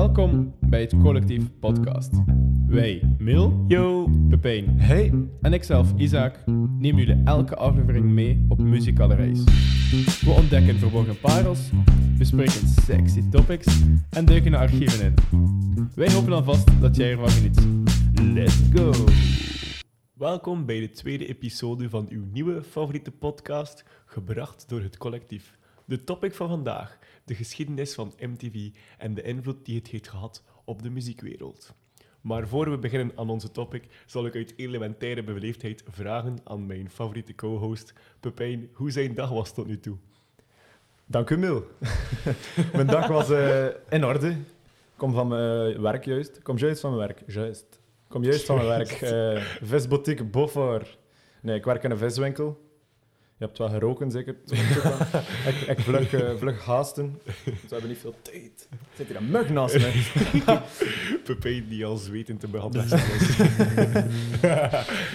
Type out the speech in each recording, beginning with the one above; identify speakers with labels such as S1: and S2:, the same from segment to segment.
S1: Welkom bij het Collectief Podcast. Wij, Mil, Yo, Pepijn
S2: Hey,
S1: en ikzelf, Isaac, nemen jullie elke aflevering mee op muzikale reis. We ontdekken verborgen parels, bespreken sexy topics en duiken de archieven in. Wij hopen alvast dat jij ervan geniet. Let's go!
S3: Welkom bij de tweede episode van uw nieuwe favoriete podcast, gebracht door het collectief. De topic van vandaag, de geschiedenis van MTV en de invloed die het heeft gehad op de muziekwereld. Maar voor we beginnen aan onze topic, zal ik uit elementaire beleefdheid vragen aan mijn favoriete co-host Pepijn hoe zijn dag was tot nu toe.
S2: dank u Mil. mijn dag was eh, in orde. Ik kom van mijn eh, werk juist. Ik kom juist van mijn werk, juist. Ik kom juist van mijn werk. Eh visboutique Beaufort. Nee, ik werk in een viswinkel. Je hebt wel geroken, zeker. ik, ik vlug, eh, vlug haasten. Ze hebben niet veel tijd. Zit hier een mug naast me?
S3: Pepijn die al zwetend te behandelen is.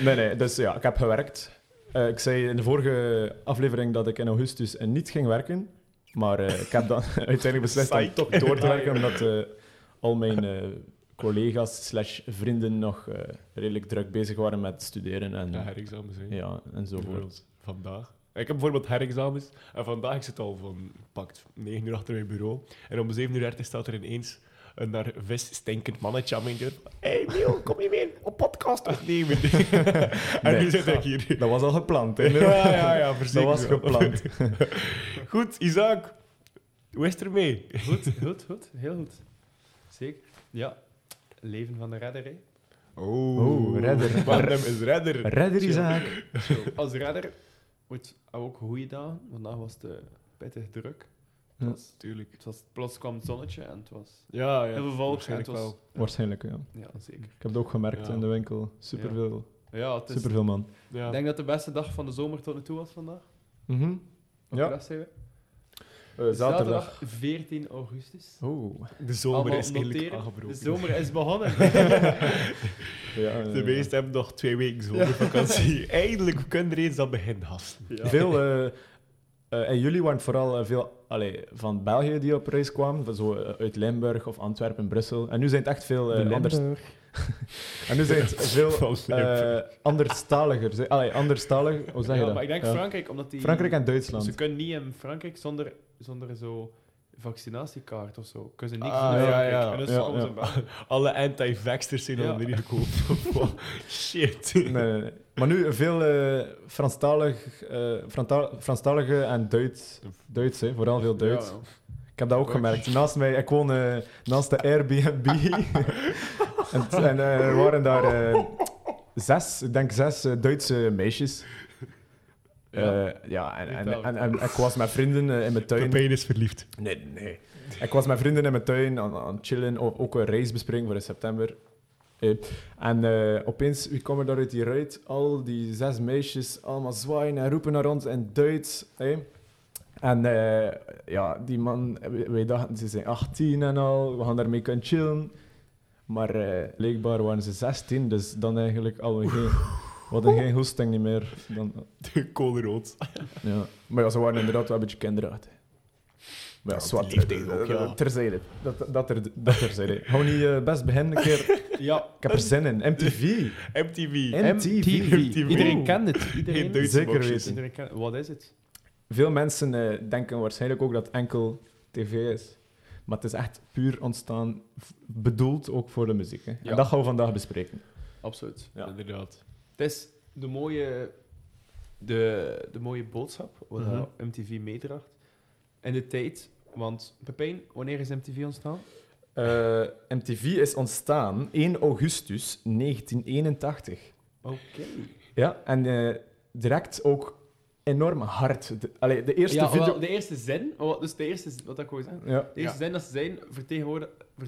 S2: Nee, nee. Dus ja, ik heb gewerkt. Eh, ik zei in de vorige aflevering dat ik in augustus eh, niet ging werken. Maar eh, ik heb dan uiteindelijk beslist om
S3: Psych.
S2: toch door te werken, omdat eh, al mijn eh, collega's slash vrienden nog eh, redelijk druk bezig waren met studeren en,
S3: Ah, Ja, herexamen zijn.
S2: ja, enzovoort.
S3: bijvoorbeeld vandaag. Ik heb bijvoorbeeld herexamens en vandaag ik zit al van pakt 9 uur achter mijn bureau. En om 7.30 uur staat er ineens een naar vis stinkend mannetje aan mijn deur. hey, Miel, kom je mee op podcast opnemen? en
S2: Nee.
S3: nu zit ik hier.
S2: Dat was al gepland, hè?
S3: Ja, ja, ja,
S2: Dat
S3: verzeker
S2: was
S3: wel.
S2: gepland.
S3: Goed, Isaac, hoe is het ermee?
S1: Goed, goed, goed. Heel goed. Zeker. Ja, leven van de redder, hè?
S3: Oh,
S2: Oh, redder.
S3: Panem is redder.
S2: Redder Isaac.
S1: Zo, Als redder moet ook goede dagen. Vandaag was het eh, pittig druk. Het
S2: Ja.
S1: was,
S3: Tuurlijk.
S1: het was, plots kwam het zonnetje en het was
S3: Ja, ja.
S1: heel veel volk. En het
S3: waarschijnlijk
S1: was,
S3: wel.
S2: Waarschijnlijk, ja.
S1: ja, zeker.
S2: Ik heb het ook gemerkt
S3: Ja.
S2: in de winkel. Superveel,
S1: Ja, het is,
S2: superveel man.
S3: Ja.
S1: Ik denk dat de beste dag van de zomer tot nu toe was vandaag.
S2: Mhm.
S1: Wat
S2: Ja.
S1: de rest zijn we?
S2: Eh, zaterdag.
S1: 14 augustus.
S2: Oh.
S3: De zomer
S1: Allemaal
S3: is eigenlijk
S1: noteren.
S3: aangebroken.
S1: De zomer is begonnen.
S2: Ja,
S1: Eh.
S2: ja,
S3: De
S2: ja.
S3: meesten hebben nog twee weken zonder vakantie. Eindelijk, we kunnen er eens aan beginnen, gasten.
S1: Ja.
S2: Veel, eh, eh, en jullie waren vooral eh, veel allee, van België die op reis kwamen, van zo eh, uit Limburg of Antwerpen, Brussel. En nu zijn het echt veel eh, Limburgs. En nu zijn het veel
S3: Van Limburg.
S2: eh anderstaliger. ze- Allee, anderstalig, hoe zeg je
S1: Ja,
S2: dat?
S1: maar ik denk
S2: Ja.
S1: Frankrijk, omdat die...
S2: Frankrijk en Duitsland.
S1: Ze kunnen niet in Frankrijk zonder, zonder zo vaccinatiekaart of zo. Kunnen ze niks
S3: Ah,
S1: doen in
S3: ja,
S1: Frankrijk.
S3: ja.
S1: En dus
S2: Ja,
S1: komen
S2: ja.
S1: ze in België.
S3: Alle anti-vaxxers zijn
S1: Ja.
S3: al niet gekomen. Shit.
S2: Nee, nee, nee. Maar nu veel eh, Franstalig, eh, Franta- Franstalige en Duits. Duits, hè, vooral veel Duits.
S1: Ja, ja.
S2: Ik heb dat ook gemerkt. Naast mij, ik woon eh, naast de Airbnb. en t- en eh, er waren daar eh, zes, ik denk zes eh, Duitse meisjes.
S1: Ja.
S2: Ja, ja en, en, en, en ik was met vrienden eh, in mijn tuin.
S3: Pepijn is verliefd.
S2: Nee, nee. Ik was met vrienden in mijn tuin aan, aan het chillen, o- ook een reis bespreken voor in september. Eh, en eh, opeens, wie komen daar uit die ruit? Al die zes meisjes, allemaal zwaaien en roepen naar ons in Duits. hè. En eh, ja, die man, wij- wij dachten ze zijn 18 en al, we gaan daarmee kunnen chillen. Maar eh, blijkbaar waren ze 16, dus dan eigenlijk al we geen, we hadden geen hoesting niet meer. Dan,
S3: De koolrood.
S2: ja. Maar ja, ze waren inderdaad wel een beetje kinderachtig. Maar ja,
S3: Ja,
S2: zwart.
S3: die leeftijd ook, ja.
S2: Terzijde. Dat, dat, er, dat terzijde. Gewoon niet eh, best beginnen een keer.
S1: Ja,
S2: Ik heb er zin in. MTV.
S3: MTV.
S2: En- MTV.
S3: MTV.
S1: Iedereen kent het.
S3: Geen
S1: Iedereen,
S3: Duitse
S2: Zeker
S3: boxjes.
S2: weten.
S1: iedereen kent Wat is het?
S2: Veel mensen eh, denken waarschijnlijk ook dat enkel tv is. Maar het is echt puur ontstaan, v- bedoeld ook voor de muziek. Hè.
S1: Ja.
S2: En dat gaan we vandaag bespreken.
S1: Absoluut.
S2: Ja.
S3: Inderdaad.
S1: Het is de mooie, de, de mooie boodschap wat
S2: Mhm.
S1: dat MTV meedraagt. En de tijd. Want Pepijn, wanneer is MTV ontstaan?
S2: Eh, MTV is ontstaan 1 augustus 1981.
S1: Oké.
S2: Ja, en eh, direct ook enorm hard. De, allee, de eerste
S1: ja, wel,
S2: video...
S1: de eerste zin, oh, dus de eerste, z- wat ik wou zeggen.
S2: Ja.
S1: De eerste
S3: Ja.
S1: zin dat ze zijn vertegenwoordig, ver,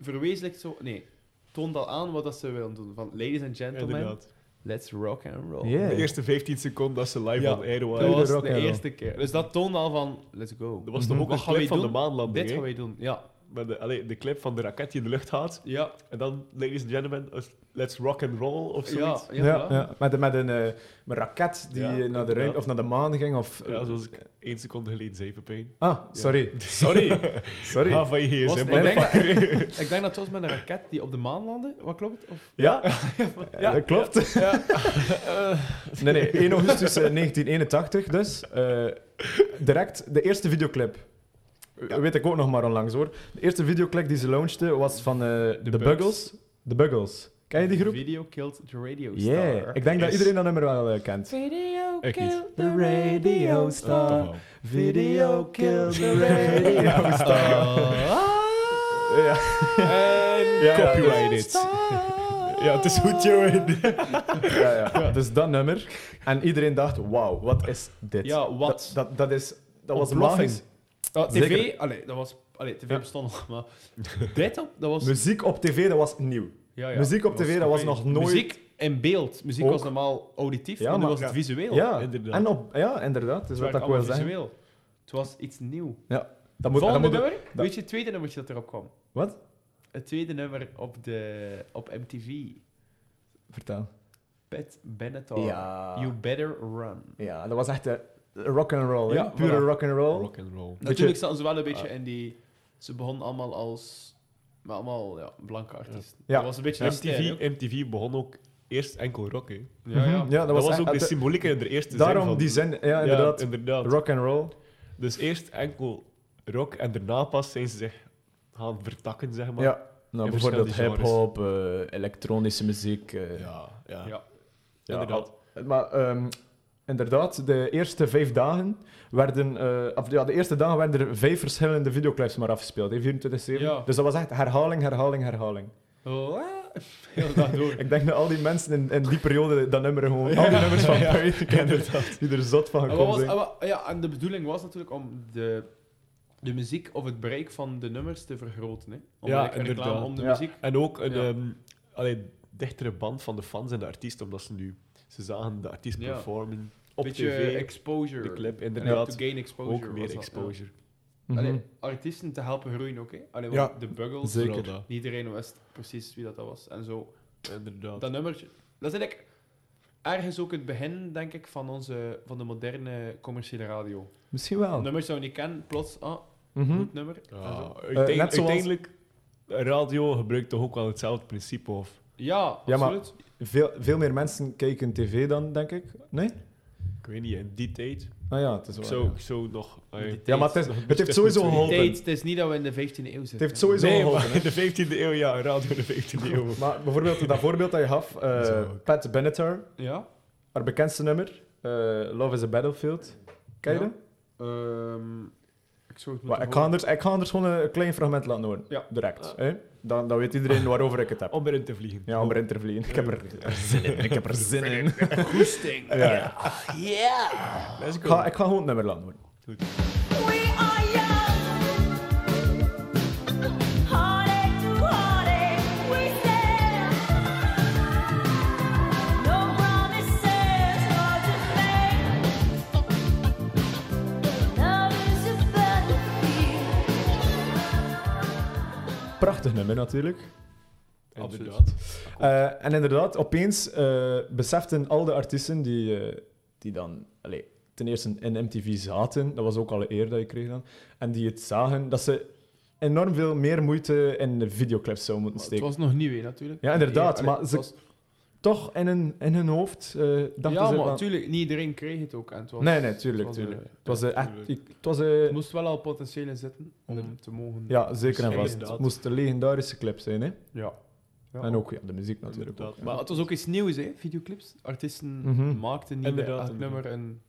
S1: verwezenlijkt zo, nee, toont al aan wat dat ze willen doen. Van ladies and gentlemen,
S3: Inderdaad.
S1: let's rock and roll.
S2: Yeah.
S3: De eerste 15 seconden dat ze live
S1: Ja.
S3: on air
S1: Dat
S3: waren.
S2: Doe
S1: was
S2: de rock
S1: de
S2: and roll.
S1: eerste keer. Dus dat toonde al van, let's go.
S3: Dat was toch
S2: Mhm.
S3: ook
S1: Wat
S3: een
S1: gaan
S3: clip
S1: wij doen?
S3: van de maanlanding,
S1: Dit gaan wij
S3: hè?
S1: doen, ja.
S3: met de, allee, de clip van de raket die in de lucht haalt.
S1: Ja,
S3: En dan, ladies and gentlemen, us- let's rock and roll
S1: ja,
S3: of zoiets.
S1: ja,
S2: Ja,
S1: voilà.
S2: ja. Met, met een, eh, een raket die
S3: Ja,
S2: eh, naar, de ruimte,
S3: inderdaad.
S2: of naar de maan ging. Of,
S1: Eh,
S3: Ja, zoals ik één seconde geleden zei, Pepijn.
S2: Ah, sorry.
S1: Sorry.
S2: Sorry.
S3: Ga van je gsm,
S1: Was- ik,
S3: man.
S1: denk dat, ik denk dat het was met een raket die op de maan landde. Wat klopt? Of,
S2: Ja,
S1: Ja.
S2: dat klopt. Nee, nee, 1 augustus eh, 1981 dus. eh, direct de eerste videoclip. Eh, Weet ik ook nog maar onlangs hoor. De eerste videoclip die ze launchte was van eh The,
S1: Bugs.
S2: Buggles. The Buggles. Ken je die groep?
S1: Video killed the radio star.
S2: Yeah. Ik denk dat
S3: Yes.
S2: iedereen dat nummer wel eh, kent.
S1: Video
S3: Ik niet.
S1: killed
S2: The radio
S3: Ah,
S2: star.
S3: toch wel.
S2: Video killed the radio
S1: radio
S2: star. Ja.
S1: En
S2: Ja, ja.
S3: Copyrighted. Ja, het is goed, Johan.
S2: Ja, ja. Dus dat nummer. En iedereen dacht, wauw, wat is dit?
S1: Ja, wat?
S2: Dat, dat, dat is... Dat was
S1: Ontploffing.
S2: magisch.
S1: Ah,
S2: Zeker.
S1: tv, allee, dat was, allee, tv
S2: Ja.
S1: bestond nog, maar dit op, dat was...
S2: Muziek op tv, dat was nieuw.
S1: ja,
S2: muziek op tv, dat was
S1: oké.
S2: nog nooit-
S1: Muziek in beeld. Muziek
S2: Ook.
S1: was normaal auditief,
S2: Ja,
S1: maar nu
S2: maar-
S1: was het
S3: ja.
S1: visueel.
S2: Ja,
S3: inderdaad.
S2: En op, ja, inderdaad. Dat
S1: het
S2: is wat
S1: werd
S2: ik wil
S1: allemaal
S2: zeggen.
S1: visueel. Het was iets nieuw.
S2: Ja. Dat moet, dat
S1: Volgende
S2: moet,
S1: nummer?
S2: dat-
S1: Weet je het tweede nummertje dat erop kwam?
S2: Wat?
S1: Het tweede nummer op, de, op MTV.
S2: Vertel.
S1: Pat Benatar. You Better Run.
S2: ja, dat was echt eh, rock and roll.
S1: Ja,
S2: Ja, pure
S1: voilà.
S2: rock and roll.
S3: Rock and roll.
S1: Natuurlijk zaten ze wel een beetje in die... Ze begonnen allemaal als... Maar allemaal ja, blanke artiesten.
S2: Ja.
S1: Dat was een beetje de stijl,
S3: MTV,
S1: ook.
S3: MTV begon ook eerst enkel rock, hè.
S1: Ja, ja.
S2: Mhm.
S3: Dat, was,
S2: echt-
S3: ook de
S2: echt-
S3: symboliek in de eerste
S2: Daarom
S3: zin van...
S2: die zin, ja, inderdaad.
S3: inderdaad.
S2: rock and roll.
S3: Dus eerst enkel rock en daarna pas zijn ze zich gaan vertakken, zeg maar.
S2: ja. Nou,
S3: in
S2: bijvoorbeeld
S3: verschillende
S2: hip-hop, eh, elektronische muziek. eh,
S3: ja, ja.
S1: Ja.
S2: ja,
S3: inderdaad.
S2: al- maar ehm, inderdaad, de eerste vijf dagen werden, eh, of, ja, de eerste dagen werden er vijf verschillende videoclips maar afgespeeld, hè, 24-7.
S1: Ja.
S2: Dus dat was echt herhaling, herhaling, herhaling.
S1: Oh, ah. Heel de dag door.
S2: Ik denk dat al die mensen in, in die periode dat nummer gewoon. Al die nummers van buiten kennen, die er zot van
S1: En wat
S2: gekomen
S1: was-
S2: zijn.
S1: en wat- ja, en de bedoeling was natuurlijk om de, de muziek of het bereik van de nummers te vergroten. Hè? Om
S3: Ja,
S1: de reclame,
S3: inderdaad.
S1: om de
S2: Ja.
S1: muziek.
S3: En ook een
S1: Ja.
S3: ehm, allee, dichtere band van de fans en de artiest, omdat ze nu... Ze zagen de artiest
S1: Ja.
S3: performen
S1: Een
S3: op
S1: beetje
S3: tv,
S1: exposure.
S3: de
S1: Ja,
S3: clip,
S1: to
S3: inderdaad.
S1: gain exposure.
S3: Ook
S1: was
S3: meer
S1: dat, ja.
S3: exposure.
S2: Mhm.
S1: oh, Allee, artiesten te helpen groeien ook. Hè? Allee, want
S2: Ja,
S1: de Buggles.
S2: zeker.
S3: Vooral dat.
S1: niet Iedereen wist precies wie dat, dat was. En zo.
S3: Inderdaad.
S1: Dat nummertje. Dat is eigenlijk ergens ook het begin, denk ik, van, onze, van de moderne commerciële radio.
S2: Misschien
S3: Oh.
S2: wel.
S1: Nummers die we niet kennen, plots, ah,
S2: Mhm.
S1: goed nummer. en
S3: Ja,
S1: zo.
S3: uiteindelijk,
S2: Eh, net zoals-
S3: uiteindelijk, radio gebruikt toch ook wel hetzelfde principe, of...
S1: Ja,
S2: Ja, maar-
S1: absoluut.
S2: Veel, veel meer mensen kijken tv dan, denk ik. Nee?
S3: Ik weet niet, in die tijd...
S2: Nou ja, het is
S3: Ik
S2: wel.
S3: zou,
S2: ja.
S3: ik zou nog... eh, allee,
S1: Die
S2: Ja, maar het, is- het heeft sowieso
S3: Die
S1: Die
S2: geholpen.
S1: tijd, het is niet dat we in de 15e eeuw zitten.
S2: Het heeft
S1: hè.
S2: sowieso
S3: Nee,
S2: geholpen.
S3: maar in de 15e eeuw, ja, radio in de 15e eeuw.
S2: Maar bijvoorbeeld dat voorbeeld dat je gaf, eh,
S3: Zo ook.
S2: Pat Benatar,
S1: Ja.
S2: haar bekendste nummer, eh, Love is a Battlefield. Ken je
S1: Ja.
S2: dat?
S1: Ehm, ik zou het
S2: Maar
S1: moeten
S2: ik, ga
S1: horen.
S2: anders, ik ga anders gewoon een klein fragment laten horen,
S1: Ja.
S2: direct. hè? Dan, dan weet iedereen waarover ik het heb.
S3: Om erin te vliegen.
S2: Ja, om erin te vliegen. Ik heb er, er zin in. Ik heb er zin in.
S1: Goesting.
S2: Ja.
S3: Let's
S2: Ik,
S3: go.
S2: ga, ik ga gewoon het nummer laten horen.
S3: Goed.
S4: We are young, heartache to heartache we stand. No promises hard to make. Love is a battlefield.
S2: Prachtig nummer natuurlijk.
S3: Inderdaad.
S2: Eh, en inderdaad, opeens eh, beseften al de artiesten die, eh, die dan allee, ten eerste in MTV zaten, dat was ook al een eer dat je kreeg dan, en die het zagen, dat ze enorm veel meer moeite in de videoclips zouden moeten
S1: Het
S2: steken.
S1: was nog nieuw, hè, natuurlijk.
S2: Ja, inderdaad,
S1: Allee,
S2: maar
S1: het
S2: ze-
S1: was-
S2: Toch in hun, in hun hoofd eh dachten
S1: ja,
S2: ze
S1: maar
S2: van-
S1: natuurlijk, niet iedereen kreeg het ook. En het was,
S2: Nee, nee, tuurlijk,
S1: het was,
S2: tuurlijk.
S1: eh,
S2: Het was, eh, echt,
S3: tuurlijk.
S2: ik- het was eh,
S1: het moest wel al potentieel in zitten om
S2: Inderdaad.
S1: te mogen...
S2: Mm. ja, zeker en vast.
S3: Inderdaad.
S2: Het moest een legendarische clip zijn, hè.
S1: Ja. Ja.
S2: En ook ja, de muziek natuurlijk.
S3: Inderdaad.
S2: Ook,
S1: Maar
S2: ja.
S1: het was ook iets nieuws, hè, videoclips. Artiesten
S2: Mhm.
S1: maakten niet
S3: Inderdaad,
S1: bij elk
S3: inderdaad.
S1: nummer een,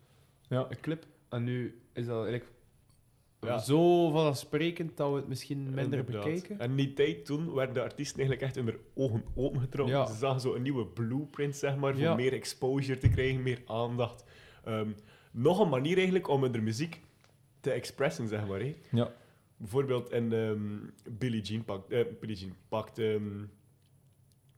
S2: Ja.
S1: een clip. En nu is dat eigenlijk
S3: Ja.
S1: zo vanzelfsprekend dat we het misschien minder
S3: Inderdaad.
S1: bekijken.
S3: En in die tijd toen werden de artiesten eigenlijk echt in hun ogen opengetrokken.
S1: Ja.
S3: Ze zagen zo een nieuwe blueprint, zeg maar, voor
S1: Ja.
S3: meer exposure te krijgen, meer aandacht. Ehm, nog een manier eigenlijk om hun muziek te expressen, zeg maar. Hè.
S2: Ja.
S3: Bijvoorbeeld in ehm Billie Jean pakt... eh, Billie Jean pakt... ehm,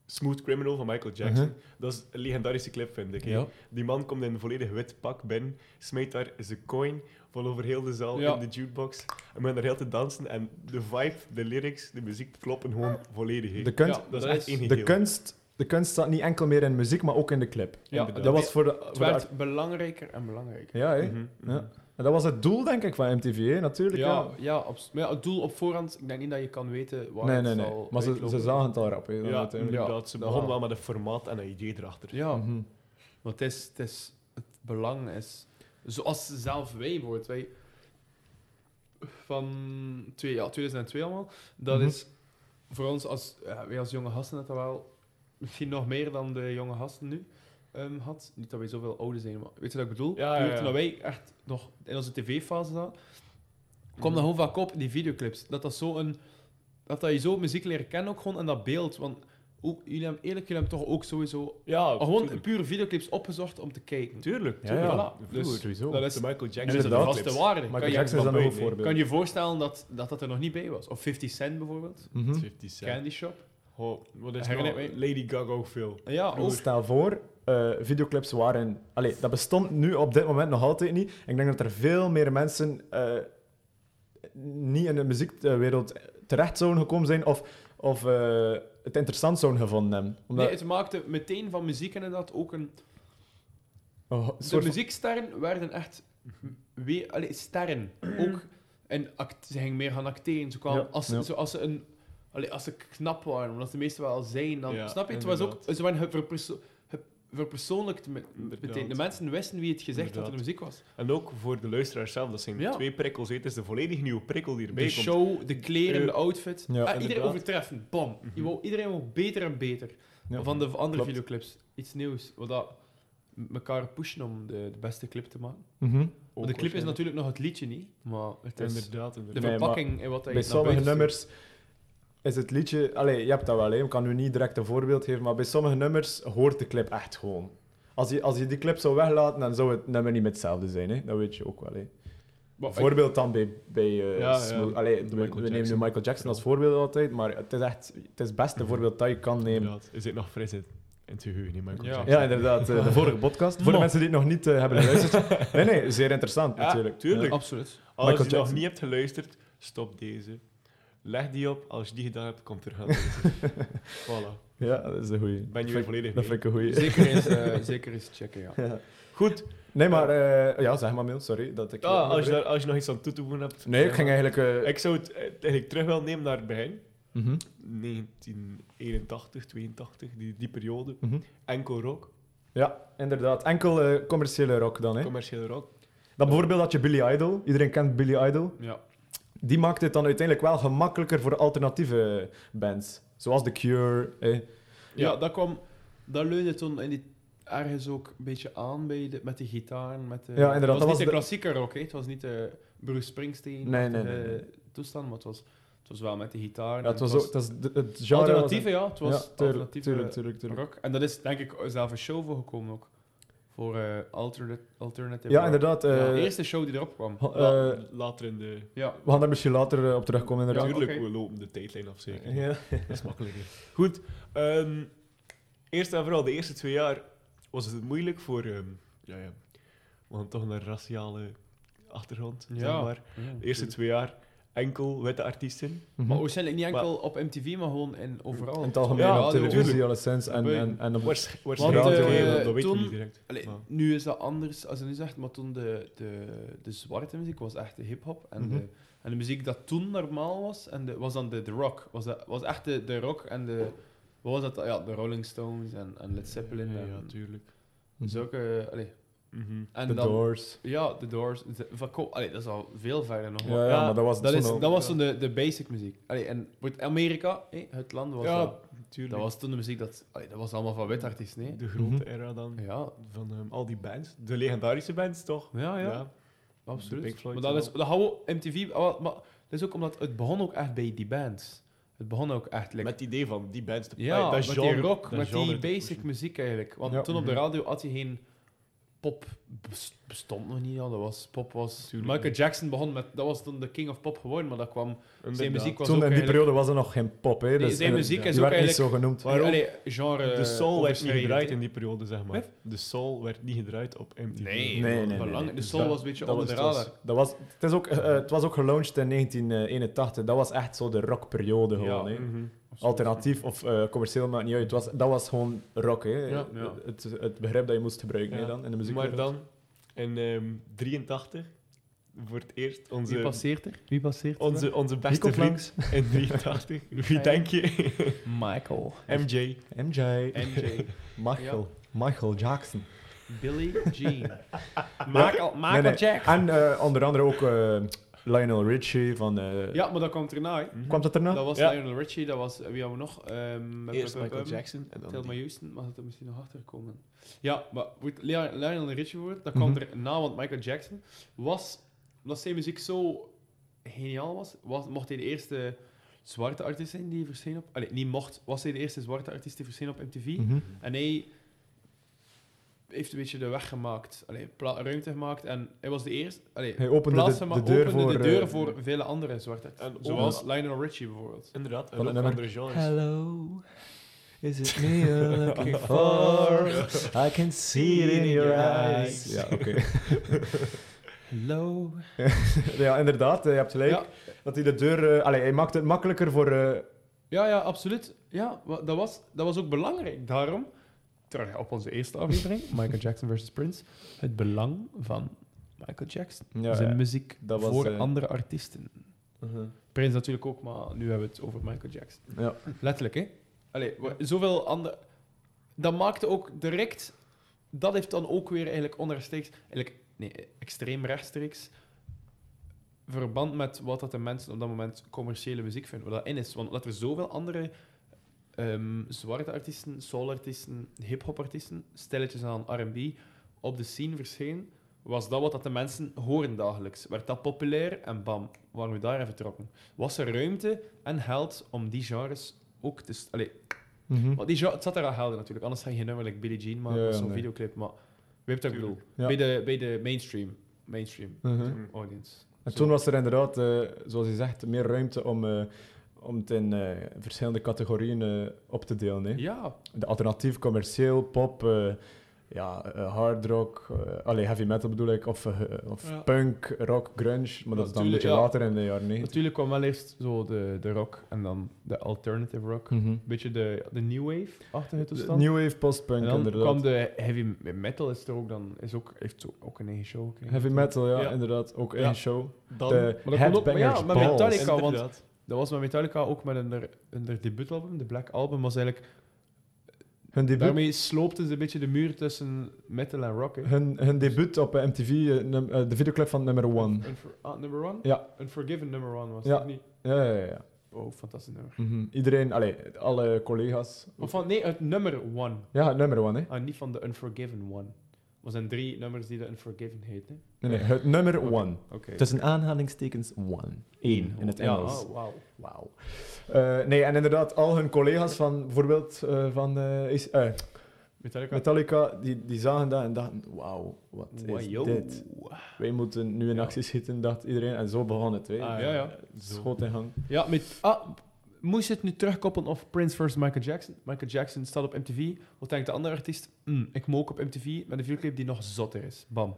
S3: Smooth Criminal van Michael Jackson. Dat is een legendarische clip, vind ik. hè.
S1: Uh-huh. Ja.
S3: Die man komt in een volledig wit pak binnen, smijt daar zijn coin van over heel de zaal
S1: Ja.
S3: in de jukebox. En men daar heel te dansen. En de vibe, de lyrics, de muziek kloppen gewoon volledig. hè.
S2: De kunst,
S1: Ja,
S3: dat is
S1: dat
S3: echt
S1: is-
S3: één
S2: de,
S3: geheel.
S2: kunst, de kunst staat niet enkel meer in muziek, maar ook in de clip.
S1: Ja,
S3: Inderdaad.
S2: Dat was voor de...
S1: Het
S2: voor de
S1: werd belangrijker en belangrijker.
S2: art- ja, hè?
S3: Mhm, mhm.
S2: Ja. En dat was het doel, denk ik, van MTV, hè? natuurlijk.
S1: Ja,
S2: ja.
S1: ja, absoluut. Maar ja, het doel op voorhand, ik denk niet dat je kan weten waar
S2: Nee,
S1: het
S2: nee, nee.
S1: zal
S2: Maar ze, ze
S1: uitlopen.
S2: zagen het al rap. Hè, dan
S3: Ja,
S2: uiteindelijk.
S3: inderdaad. Ze
S2: dat
S3: begon
S2: wel.
S3: wel met een formaat en een idee erachter.
S1: Ja,
S2: Mhm.
S1: want het, is, het, is, het belang is... Zoals zelf wij bijvoorbeeld, wij... Van twee, ja, 2002 allemaal, dat
S2: Mhm.
S1: is voor ons als, ja, wij als jonge gasten dat dat wel misschien nog meer dan de jonge gasten nu ehm, had. Niet dat wij zoveel ouder zijn, maar weet je wat ik bedoel?
S3: Ja, ja,
S1: Toen-
S3: ja.
S1: Toen wij echt nog in onze tv-fase zaten, kwam
S3: Mhm.
S1: dat gewoon vaak op, die videoclips. Dat dat zo een... Dat, dat je zo muziek leren kennen ook gewoon en dat beeld. Want ook, jullie hebben, eerlijk, jullie hebben toch ook sowieso
S3: Ja,
S1: Oh, gewoon
S3: tuurlijk.
S1: puur videoclips opgezocht om te kijken.
S3: Tuurlijk,
S2: Ja,
S3: tuurlijk.
S1: ja.
S3: Voilà.
S2: Vroeger
S3: Dus
S2: sowieso.
S3: dat is de Michael
S1: En dat is
S3: Jackson.
S1: een
S2: Inderdaad.
S1: vaste waarde. Kan
S2: Michael
S1: je,
S2: Jackson is dan
S3: van
S2: een goed
S3: Bane, hè.
S2: voorbeeld.
S1: kan je voorstellen dat, dat dat er nog niet bij was? Of 50 Cent bijvoorbeeld?
S2: Mhm.
S3: 50 Cent.
S1: Candy Shop?
S3: Oh, wat is
S1: Herinner
S3: nou?
S1: je-
S3: Lady Gaga ook veel.
S1: Ja,
S2: Oh,
S1: ook.
S2: Stel voor, eh, videoclips waren. Allee, dat bestond nu op dit moment nog altijd niet. Ik denk dat er veel meer mensen eh, niet in de muziekwereld terecht zouden gekomen zijn of, of eh, het interessant zouden gevonden hebben. Omdat
S1: Nee, het maakte meteen van muziek inderdaad ook een...
S2: een ho-
S1: De
S2: soort van-
S1: muzieksterren werden echt... We, allee, sterren. Ook. En act, ze gingen meer gaan acteren. Ze kwamen,
S2: Ja,
S1: als, ze-
S2: ja.
S1: zo als ze een... allee, als ze knap waren, omdat de meesten wel zijn, dan...
S3: Ja,
S1: snap je? Het was ook,
S3: inderdaad.
S1: ze waren verperso- ge- verpersoonlijkt met- meteen. De
S3: Inderdaad.
S1: mensen wisten wie het gezegd had dat
S3: Inderdaad.
S1: er muziek was.
S3: En ook voor de luisteraars zelf, dat zijn
S1: Ja.
S3: twee prikkels. hè. Het is de volledig nieuwe prikkel die erbij
S1: De
S3: komt.
S1: show, de kleren,
S3: Eh,
S1: de outfit.
S2: ja,
S1: Ah, iedereen
S3: inderdaad.
S1: overtreffen. Bam. Je wou- iedereen wil beter en beter.
S2: Ja.
S1: Van de v- andere
S2: Klopt.
S1: videoclips. Iets nieuws. Wat dat m- elkaar pushen om de, de beste clip te maken.
S2: Mhm.
S1: Want de clip is natuurlijk nog het liedje niet. Maar het is
S3: Oh, Inderdaad,
S1: de
S3: inderdaad.
S2: Nee,
S1: verpakking en wat hij
S2: Bij
S1: naar
S2: sommige
S1: buiten stuurt.
S2: nummers is het liedje. Allee, je hebt dat wel, hè. ik kan nu niet direct een voorbeeld geven, maar bij sommige nummers hoort de clip echt gewoon. Als je, als je die clip zou weglaten, dan zou het nummer niet meer hetzelfde zijn. Hè? Dat weet je ook wel. Hè?
S1: Maar ik-
S2: Voorbeeld dan bij, bij eh,
S3: Ja,
S2: Smooth-
S3: ja,
S2: Allee,
S3: de
S2: we,
S3: Michael
S2: we nemen nu
S3: Jackson. Mhm.
S2: Michael Jackson als voorbeeld altijd, maar het is echt het is het beste voorbeeld dat je kan nemen.
S3: Inderdaad. Is dit nog fris in in het geheugen, niet Michael
S1: Ja.
S3: Jackson?
S2: Ja, inderdaad. eh, de vorige podcast. Voor de
S1: Mo.
S2: mensen die het nog niet eh, hebben geluisterd. Nee, nee, zeer interessant
S3: Ja,
S2: natuurlijk.
S3: tuurlijk.
S2: Ja.
S1: Absoluut.
S3: Als
S2: Michael
S3: je nog
S2: Jackson.
S3: niet hebt geluisterd, stop deze. Leg die op. Als je die gedaan hebt, komt er gaan deze. voilà.
S2: Ja, dat is een goeie.
S3: Ben je
S2: Dat
S3: weer
S2: vind-
S3: volledig
S2: Dat
S3: mee.
S2: vind ik een goeie.
S1: Zeker eens, eh, zeker eens checken, ja.
S2: Ja.
S3: Goed.
S2: Nee, maar... eh, ja, zeg maar, Mil, sorry. Dat ik
S3: Ah, als, je daar, als je nog iets aan toe te voegen hebt.
S2: Nee, ik
S3: zeg
S2: ging
S3: maar.
S2: eigenlijk... eh,
S3: Ik zou het eh, eigenlijk terug wel nemen naar het begin.
S2: mhm,
S3: 1981, 82, die, die periode.
S2: mhm.
S3: Enkel rock,
S2: Ja, inderdaad. Enkel eh, commerciële rock dan. Hè.
S3: commerciële rock.
S2: Dan bijvoorbeeld dat je Billy Idol. Iedereen kent Billy Idol.
S1: ja.
S2: die maakt het dan uiteindelijk wel gemakkelijker voor alternatieve eh, bands. Zoals The Cure. Eh.
S1: Ja, dat kwam... Dat leunde toen in die, ergens ook een beetje aan bij de, met de gitaar. Met de,
S2: Ja, inderdaad,
S1: Het was
S2: dat
S1: niet
S2: was
S1: de
S2: de-
S1: klassieke rock, hè. Het was niet de Bruce Springsteen.
S2: Nee, nee, nee,
S1: eh,
S2: nee.
S1: toestand, maar het was, het was wel met de gitaar.
S2: Ja, het was ook, het, was de- het genre... was-
S1: alternatieve, ja. Het was
S2: ja, tuurlijk,
S1: alternatieve
S2: tuurlijk, tuurlijk, tuurlijk.
S1: rock. En dat is denk ik zelf een show voor gekomen ook. Voor eh alternate, alternative
S2: Ja,
S1: rock.
S2: inderdaad. eh,
S1: Ja, de eerste show die erop kwam.
S2: ho-
S3: La-
S2: eh,
S3: later in de...
S1: Ja.
S2: we gaan daar misschien later eh, op terugkomen, inderdaad.
S3: Natuurlijk,
S1: oké.
S3: we lopen de tijdlijn af zeker.
S2: Ja.
S3: Dat is makkelijker. Goed. ehm, eerst en vooral, de eerste twee jaar was het moeilijk voor... ehm ja, ja. We gaan toch naar raciale achtergrond, zeg
S1: Ja.
S3: maar. De eerste twee jaar enkel witte artiesten.
S2: Mhm.
S1: Maar waarschijnlijk niet enkel op MTV, maar gewoon in, overal.
S2: In het algemeen
S3: Ja,
S2: op
S1: radio.
S2: televisie, alleszins. En, en, en op...
S3: Waars-
S1: Want,
S3: Waarschijnlijk,
S1: eh,
S3: eh, dat- dat weet je
S1: toen-
S3: niet direct.
S1: Allee,
S3: Maar-
S1: nu is dat anders als je nu zegt, maar toen de, de, de zwarte muziek was echt de hip-hop. En,
S2: Mhm.
S1: de, en de muziek dat toen normaal was, en de, was dan de, de rock. Was, dat, was echt de, de rock en de. Wat was dat? Ja, de Rolling Stones en, en Led Zeppelin.
S3: Ja, ja,
S1: en
S3: tuurlijk.
S1: zulke. Allee.
S3: Mhm.
S1: En
S2: The
S1: dan,
S2: Doors.
S1: Ja, The Doors. De- van, kom, allee, dat is al veel verder nog.
S2: Ja, ja,
S1: maar-
S2: maar dat was
S1: dat,
S2: toen
S1: is,
S2: al-
S1: dat was toen de, de basic muziek. Allee, en wordt Amerika, hé, het land, was
S3: Ja,
S1: dat,
S3: tuurlijk.
S1: dat was toen de muziek dat... allee, dat was allemaal van wit artiesten, nee?
S3: de grote
S2: Mhm.
S3: era dan.
S1: Ja,
S3: Van ehm, al die bands. De legendarische bands, toch?
S1: ja, ja,
S3: de
S1: absoluut.
S3: Pink Floyd
S1: maar dat
S3: en
S1: is... Dat houden MTV... ah, wel, Maar dat is ook omdat het begon ook echt bij die bands. Het begon ook echt... like-
S3: Met het idee van die bands te
S1: ja,
S3: dat
S1: met
S3: genre-
S1: die rock,
S3: dat
S1: met
S3: genre
S1: die
S3: te
S1: basic
S3: pushen.
S1: muziek eigenlijk. Want
S2: Ja.
S1: toen op de radio had je geen pop bes- bestond nog niet. Ja. Dat was, pop was...
S3: Tuurlijk
S1: Michael Jackson begon met... Dat was dan de king of pop geworden, maar dat kwam... Zijn muziek was
S2: Toen in
S1: ook
S2: die
S1: eigenlijk...
S2: periode was er nog geen pop. Hè?
S1: Nee,
S2: Dus,
S1: zijn
S2: eh,
S1: muziek is
S2: die
S1: ook
S2: werd niet zo
S1: eigenlijk-
S2: genoemd.
S1: Waar, allee, genre...
S3: De soul werd niet
S1: overschrijdend,
S3: gedraaid
S1: hè.
S3: in die periode, zeg maar.
S1: Wat?
S3: De soul werd niet gedraaid op MTV.
S1: Nee,
S2: Nee, nee,
S1: nee,
S2: nee, nee.
S1: De
S2: Dus
S1: soul
S2: dat-
S1: was een beetje
S2: Dat
S1: onder
S2: was,
S1: de
S2: dat was, dus
S1: radar.
S2: dat was, het, is ook, eh, eh, het was ook gelaunched in 1981. Dat was echt zo de rockperiode gewoon. hè.
S3: Mhm.
S2: Alternatief of eh, commercieel maakt niet uit. Het was, dat was gewoon rock. Hè.
S1: Ja,
S3: ja.
S2: Het, het begrip dat je moest gebruiken hè,
S3: Ja.
S2: dan, in de muziek.
S3: Maar dan, in ehm 83, voor het eerst onze...
S1: Wie passeert er? Wie passeert er?
S3: Onze, onze beste
S2: Nico
S3: vriend in 83. Wie
S1: Ja.
S3: denk je?
S1: Michael.
S3: MJ.
S2: MJ,
S1: MJ.
S2: Michael, Michael Jackson.
S1: Billy Jean. Michael, Michael
S2: nee.
S1: Jackson.
S2: En eh, onder andere ook eh, Lionel Richie van... eh,
S1: Ja, maar dat kwam erna, hè.
S3: Mhm.
S2: Kwam dat erna?
S1: Dat was
S3: Ja.
S1: Lionel Richie, dat was... eh, Wie hadden we nog? Ehm, met-
S3: Eerst
S1: met- met-
S3: Michael
S1: met-
S3: Jackson en dan
S1: Tilma
S3: die.
S1: Houston, maar dat er misschien nog achter komen. Ja, maar goed, Lea- Lionel Richie wordt, dat kwam
S2: Mhm.
S1: er na, want Michael Jackson was, omdat zijn muziek zo geniaal was, was mocht hij de eerste zwarte artiest zijn die verscheen op... Allee, niet mocht, was hij de eerste zwarte artiest die verscheen op MTV.
S2: Mhm.
S3: Hm?
S1: En hij heeft een beetje de weg gemaakt, allee, pla- ruimte gemaakt, en hij was de eerste... Allee,
S2: Hij opende
S1: plaats
S2: de,
S1: gema-
S2: de deur
S1: opende
S2: voor...
S1: de deur
S2: eh,
S1: voor vele andere zwarte artiesten.
S3: En
S1: Zoals Lionel Richie bijvoorbeeld.
S3: Inderdaad, en
S2: Van
S3: ook
S2: een
S3: andere genres.
S2: Hello, is it me you're looking for? I can see it in your eyes. Ja, oké.
S1: Hello.
S2: ja, inderdaad, eh, je hebt gelijk.
S1: Ja.
S2: Dat hij de deur... eh, allee, hij maakt het makkelijker voor... eh,
S1: Ja, ja, absoluut. Ja, wa- dat was, dat was ook belangrijk. Daarom, terug op onze eerste aflevering, Michael Jackson versus Prince, het belang van Michael Jackson.
S2: ja,
S1: zijn
S2: eh,
S1: muziek
S2: dat was,
S1: voor
S2: eh,
S1: andere artiesten.
S2: mhm.
S1: Prince natuurlijk ook, maar nu hebben we het over Michael Jackson.
S2: Ja.
S1: Letterlijk, hè? Allee, wa- zoveel andere... Dat maakte ook direct... Dat heeft dan ook weer eigenlijk onrechtstreeks... Eigenlijk, nee, extreem rechtstreeks verband met wat dat de mensen op dat moment commerciële muziek vinden. Wat dat in is. Want dat er zoveel andere ehm, zwarte artiesten, soulartiesten, hip-hop-artiesten, stilletjes aan R&B, op de scene verschenen, was dat wat dat de mensen horen dagelijks. Werd dat populair en bam, waren we daar even vertrokken. Was er ruimte en geld om die genres ook te... st- Allee,
S2: Mhm.
S1: want die genre, het zat er al helder natuurlijk, anders ga je geen nummer like Billie Jean maken
S2: Ja,
S1: of
S2: ja,
S1: zo'n
S2: nee.
S1: videoclip, maar weet je wat ik bedoel?
S2: Ja.
S1: Bij, de, bij de mainstream, mainstream
S2: Mhm.
S1: audience.
S2: En
S1: Zo.
S2: toen was er inderdaad, eh, zoals je zegt, meer ruimte om, eh, om het in eh, verschillende categorieën eh, op te delen. Hè.
S1: Ja,
S2: De alternatief, commercieel, pop, eh, ja, eh, hard rock, eh, allee, heavy metal bedoel ik, of, eh, of
S1: Ja.
S2: punk, rock, grunge. Maar dat is dan een
S1: Natuurlijk,
S2: beetje
S1: ja.
S2: later in de jaren 90.
S1: natuurlijk kwam wel eerst zo de, de rock en dan de alternative rock. Een
S2: Mhm.
S1: beetje de, de new wave achter het
S2: De
S1: toestand.
S2: New wave, postpunk,
S1: en dan
S2: inderdaad.
S1: kwam de heavy metal, is er ook dan, is ook, heeft zo- ook een eigen show. gekregen.
S2: Heavy metal, ja,
S3: Ja.
S2: inderdaad. Ook één
S3: Ja.
S2: show.
S3: Dan,
S2: de
S1: komt ook-
S2: Headbangers
S1: ja, maar
S2: Balls.
S1: Metallica- want-
S3: inderdaad.
S1: Dat was met Metallica ook met hun, hun debuutalbum, de Black Album, was eigenlijk...
S2: Hun debuut,
S1: Daarmee sloopten ze een beetje de muur tussen metal en rock. hè.
S2: hun, hun debuut op eh, MTV, eh, num- eh, de videoclip van nummer one.
S1: Unfor- ah, number one?
S2: Ja.
S1: Unforgiven number one was
S2: Ja.
S1: dat niet?
S2: Ja, ja, ja, ja.
S1: Oh, fantastisch nummer.
S2: Mhm. Iedereen, allee, alle collega's.
S1: Of van, nee, het nummer one.
S2: Ja, nummer one, hè.
S1: Ah, niet van de Unforgiven one. Er zijn drie nummers die de Unforgiven heten.
S2: Nee, nee, het nummer one.
S1: Oké.
S2: Tussen aanhalingstekens one. Eén, in het
S1: Ja,
S2: Engels.
S1: oh, wauw.
S2: Wauw. Eh, nee, en inderdaad, al hun collega's van bijvoorbeeld eh, van, eh, is- eh,
S1: Metallica.
S2: Metallica, die, die zagen dat en dachten, wauw, wat is
S1: Wajo.
S2: dit?
S1: Ah,
S2: Wij moeten nu in
S1: Ja.
S2: actie schieten, dacht iedereen. En zo begon het, hè.
S1: Ah, ja, ja.
S2: Schot in gang.
S1: Ja, met... Ah, moest je het nu terugkoppelen of Prince versus Michael Jackson? Michael Jackson staat op MTV. Wat denkt de andere artiest? Hm, ik mook op MTV met een videoclip die nog zotter is. Bam.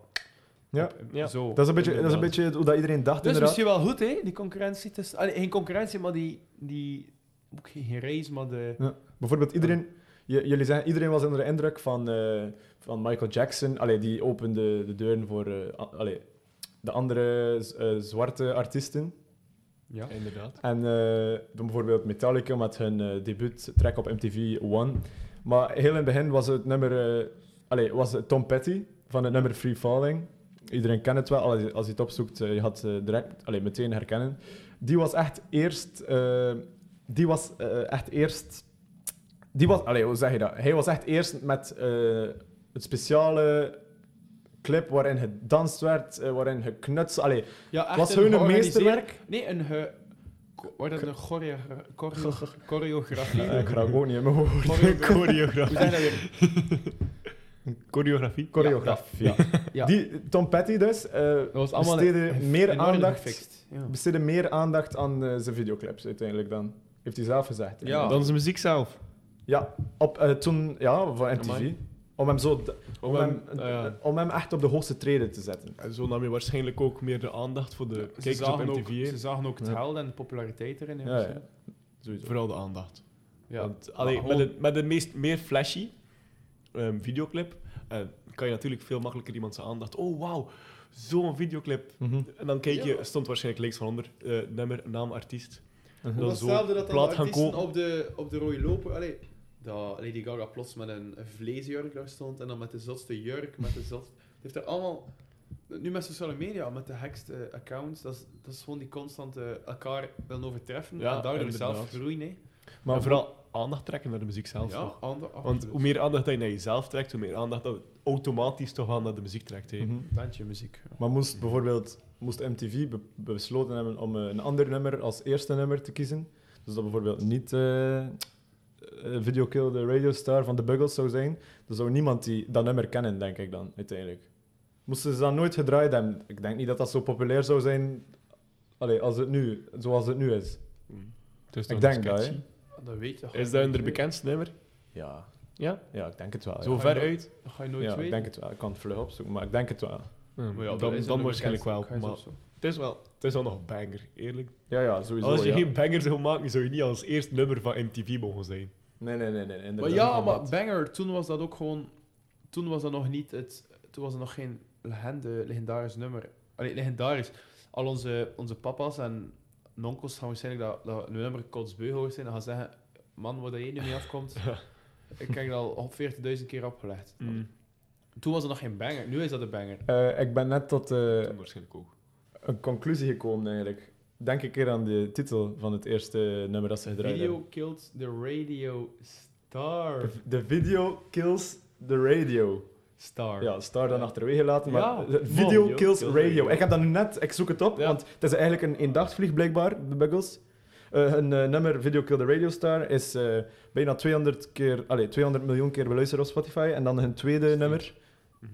S2: Ja.
S1: Op-
S3: Ja.
S1: Zo.
S2: Dat is een beetje, dat is een
S3: inderdaad.
S2: beetje hoe dat iedereen dacht,
S1: Dus
S2: inderdaad.
S1: misschien wel goed, hè? Die concurrentie tussen... Allee, geen concurrentie, maar die... die ook geen geen race, maar de...
S2: Bijvoorbeeld iedereen... je- jullie zeggen, iedereen was onder de indruk van, eh, van Michael Jackson. Allee, die opende de deuren voor eh, a- allee, de andere z- eh, zwarte artiesten.
S1: Ja.
S3: Inderdaad.
S2: En eh, dan bijvoorbeeld Metallica met hun eh, debuuttrack op MTV One. Maar heel in het begin was het nummer... eh, allee, was het Tom Petty van het nummer Free Falling. Iedereen kent het wel. Allee, als je het opzoekt, eh, je gaat het direct allee, meteen herkennen. Die was echt eerst... eh, die was eh, echt eerst... Die was... Allee, hoe zeg je dat? Hij was echt eerst met eh, het speciale clip waarin gedanst werd, eh, waarin geknutseld... Allee,
S1: Ja, echt
S2: was
S1: een
S2: hun een
S1: georganiseerde-
S2: meesterwerk?
S1: Nee, een... ge- ko- Wordt dat een choreo- choreo- choreografie?
S2: Eh, ik raak ook niet in mijn woorden.
S1: Choreo-
S3: Choreograaf.
S1: Hoe zijn dat weer?
S3: Choreografie.
S2: Choreograaf.
S1: Ja, dat- ja.
S2: Die, Tom Petty dus, eh
S1: Dat was allemaal
S2: besteedde meer,
S1: enorm
S2: aandacht,
S1: gefixt. Ja.
S2: besteedde meer aandacht aan eh, zijn videoclips uiteindelijk dan. Heeft hij zelf gezegd.
S1: Ja.
S3: Dan is de muziek zelf.
S2: Ja, op, eh, toen, ja, van MTV.
S1: Amai.
S2: Om hem, zo, d- om,
S3: hem-
S2: hem,
S3: ah, ja.
S2: om hem echt op de hoogste treden te zetten.
S3: En zo nam je waarschijnlijk ook meer de aandacht voor de
S1: Ze
S3: kijkers op
S1: zagen, ook,
S3: MTV. hè.
S1: ze zagen ook het
S2: Ja.
S1: geld en de populariteit erin. hè,
S2: Ja,
S1: misschien.
S2: ja. Sowieso.
S3: Vooral de aandacht.
S1: Ja.
S3: Want allee,
S1: Maar
S3: met,
S1: gewoon-
S3: de, met de meest meer flashy ehm, videoclip eh, kan je natuurlijk veel makkelijker iemand zijn aandacht. Oh wauw, zo'n videoclip.
S2: Mhm.
S3: En dan keek je, stond waarschijnlijk links van onder, eh, nummer, naam, artiest.
S2: Mhm.
S3: Dan
S1: Dat hetzelfde dat dan
S3: plaat
S1: de
S3: gaan
S1: artiesten
S3: kopen.
S1: op de, op de rode loper... Allee, dat Lady Gaga plots met een een vleesjurk daar stond en dan met de zotste jurk, met de zot... Het heeft er allemaal... Nu met sociale media, met de hacked eh, accounts, dat is, dat is gewoon die constante elkaar willen overtreffen
S3: Ja,
S1: en daardoor
S3: inderdaad.
S1: zelf groeien. Hè.
S3: Maar
S2: Maar
S3: vooral aandacht trekken naar de muziek zelf.
S1: Ja,
S3: toch?
S1: ander,
S3: Want hoe meer aandacht dat je naar jezelf trekt, hoe meer aandacht dat automatisch toch wel naar de muziek trekt. hè.
S2: Mhm.
S1: bandje muziek. ja.
S2: Maar moest bijvoorbeeld moest MTV be- besloten hebben om eh, een ander nummer als eerste nummer te kiezen? Dus dat bijvoorbeeld niet eh eh, Video Kill the Radio Star van The Buggles zou zijn, dan zou niemand die dat nummer kennen, denk ik dan, uiteindelijk. Moesten ze dat nooit gedraaid hebben? Ik denk niet dat dat zo populair zou zijn allee, als het nu, zoals het nu is.
S3: Het is
S2: Ik
S3: toch
S2: denk dat,
S3: sketchy.
S2: hè.
S1: Dat weet je.
S3: Is dat hun bekendste nummer?
S2: Ja.
S3: Ja?
S2: Ja, ik denk het wel.
S3: Zo
S2: ja.
S3: ver uit?
S1: Dat ga je nooit
S2: Ja, ik
S1: weten.
S2: denk het wel. Ik kan het vlug opzoeken, maar ik denk het wel.
S1: Maar ja, dat
S3: dan
S1: is
S3: dan
S1: een
S3: waarschijnlijk wel.
S1: bekendste,
S3: Maar
S1: dat ga je zo-
S3: het is wel, het is wel nog banger, eerlijk.
S2: Ja, ja, sowieso.
S3: Als je
S2: ja.
S3: geen banger zou maken, zou je niet als eerst nummer van MTV mogen zijn.
S2: Nee, nee, nee. nee inderdaad.
S1: Maar ja,
S2: Van
S1: maar
S2: dat.
S1: Banger, toen was dat ook gewoon... Toen was dat nog niet het... Toen was dat nog geen legende, legendarisch nummer. Allee, legendarisch. Al onze, onze papa's en nonkels gaan waarschijnlijk dat, dat een nummer kotsbeu horen zijn en gaan zeggen... Man, waar dat je nu mee afkomt, ik heb dat al 40.000 keer opgelegd.
S2: Mm.
S1: Toen was dat nog geen banger, nu is dat een banger.
S2: Eh, ik ben net tot eh,
S3: Toen waarschijnlijk ook.
S2: een conclusie gekomen eigenlijk. Denk een keer aan de titel van het eerste eh, nummer dat ze gedraaid
S1: Video killed the radio star.
S2: hebben. De video kills the radio.
S1: Star.
S2: Ja, star dan achterwege laten, maar
S1: Ja,
S2: de-
S1: man,
S2: video
S3: joh.
S2: kills
S3: Kills
S2: radio.
S3: radio.
S2: Ik heb dat nu net, ik zoek het op,
S3: Ja.
S2: want het is eigenlijk een eendagsvlieg blijkbaar, de Buggles. Eh hun eh, nummer Video Kill the Radio Star is eh, bijna 200, keer, allee, 200 miljoen keer beluisterd op Spotify. En dan hun tweede nummer.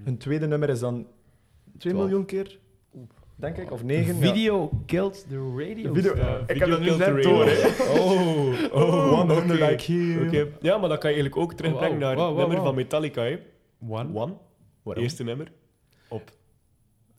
S2: Hun tweede nummer is dan 2
S3: Mhm. Twaalf.
S2: miljoen keer, denk ik, of 9.
S1: Video killed the radio
S2: Video,
S1: star.
S2: ik heb dat nu
S3: Video Kill
S2: net
S3: the
S2: door,
S3: Radio.
S2: hè.
S3: Oh, oh, oké.
S2: One Hundred like you. Oh,
S3: Oké. Ja, maar dat kan je eigenlijk ook terugbrengen
S1: Wauw,
S3: naar
S1: wauw,
S3: het
S1: wauw,
S3: nummer
S1: wauw.
S3: van Metallica. Hè.
S1: One.
S3: One,
S2: Waarom?
S3: eerste nummer op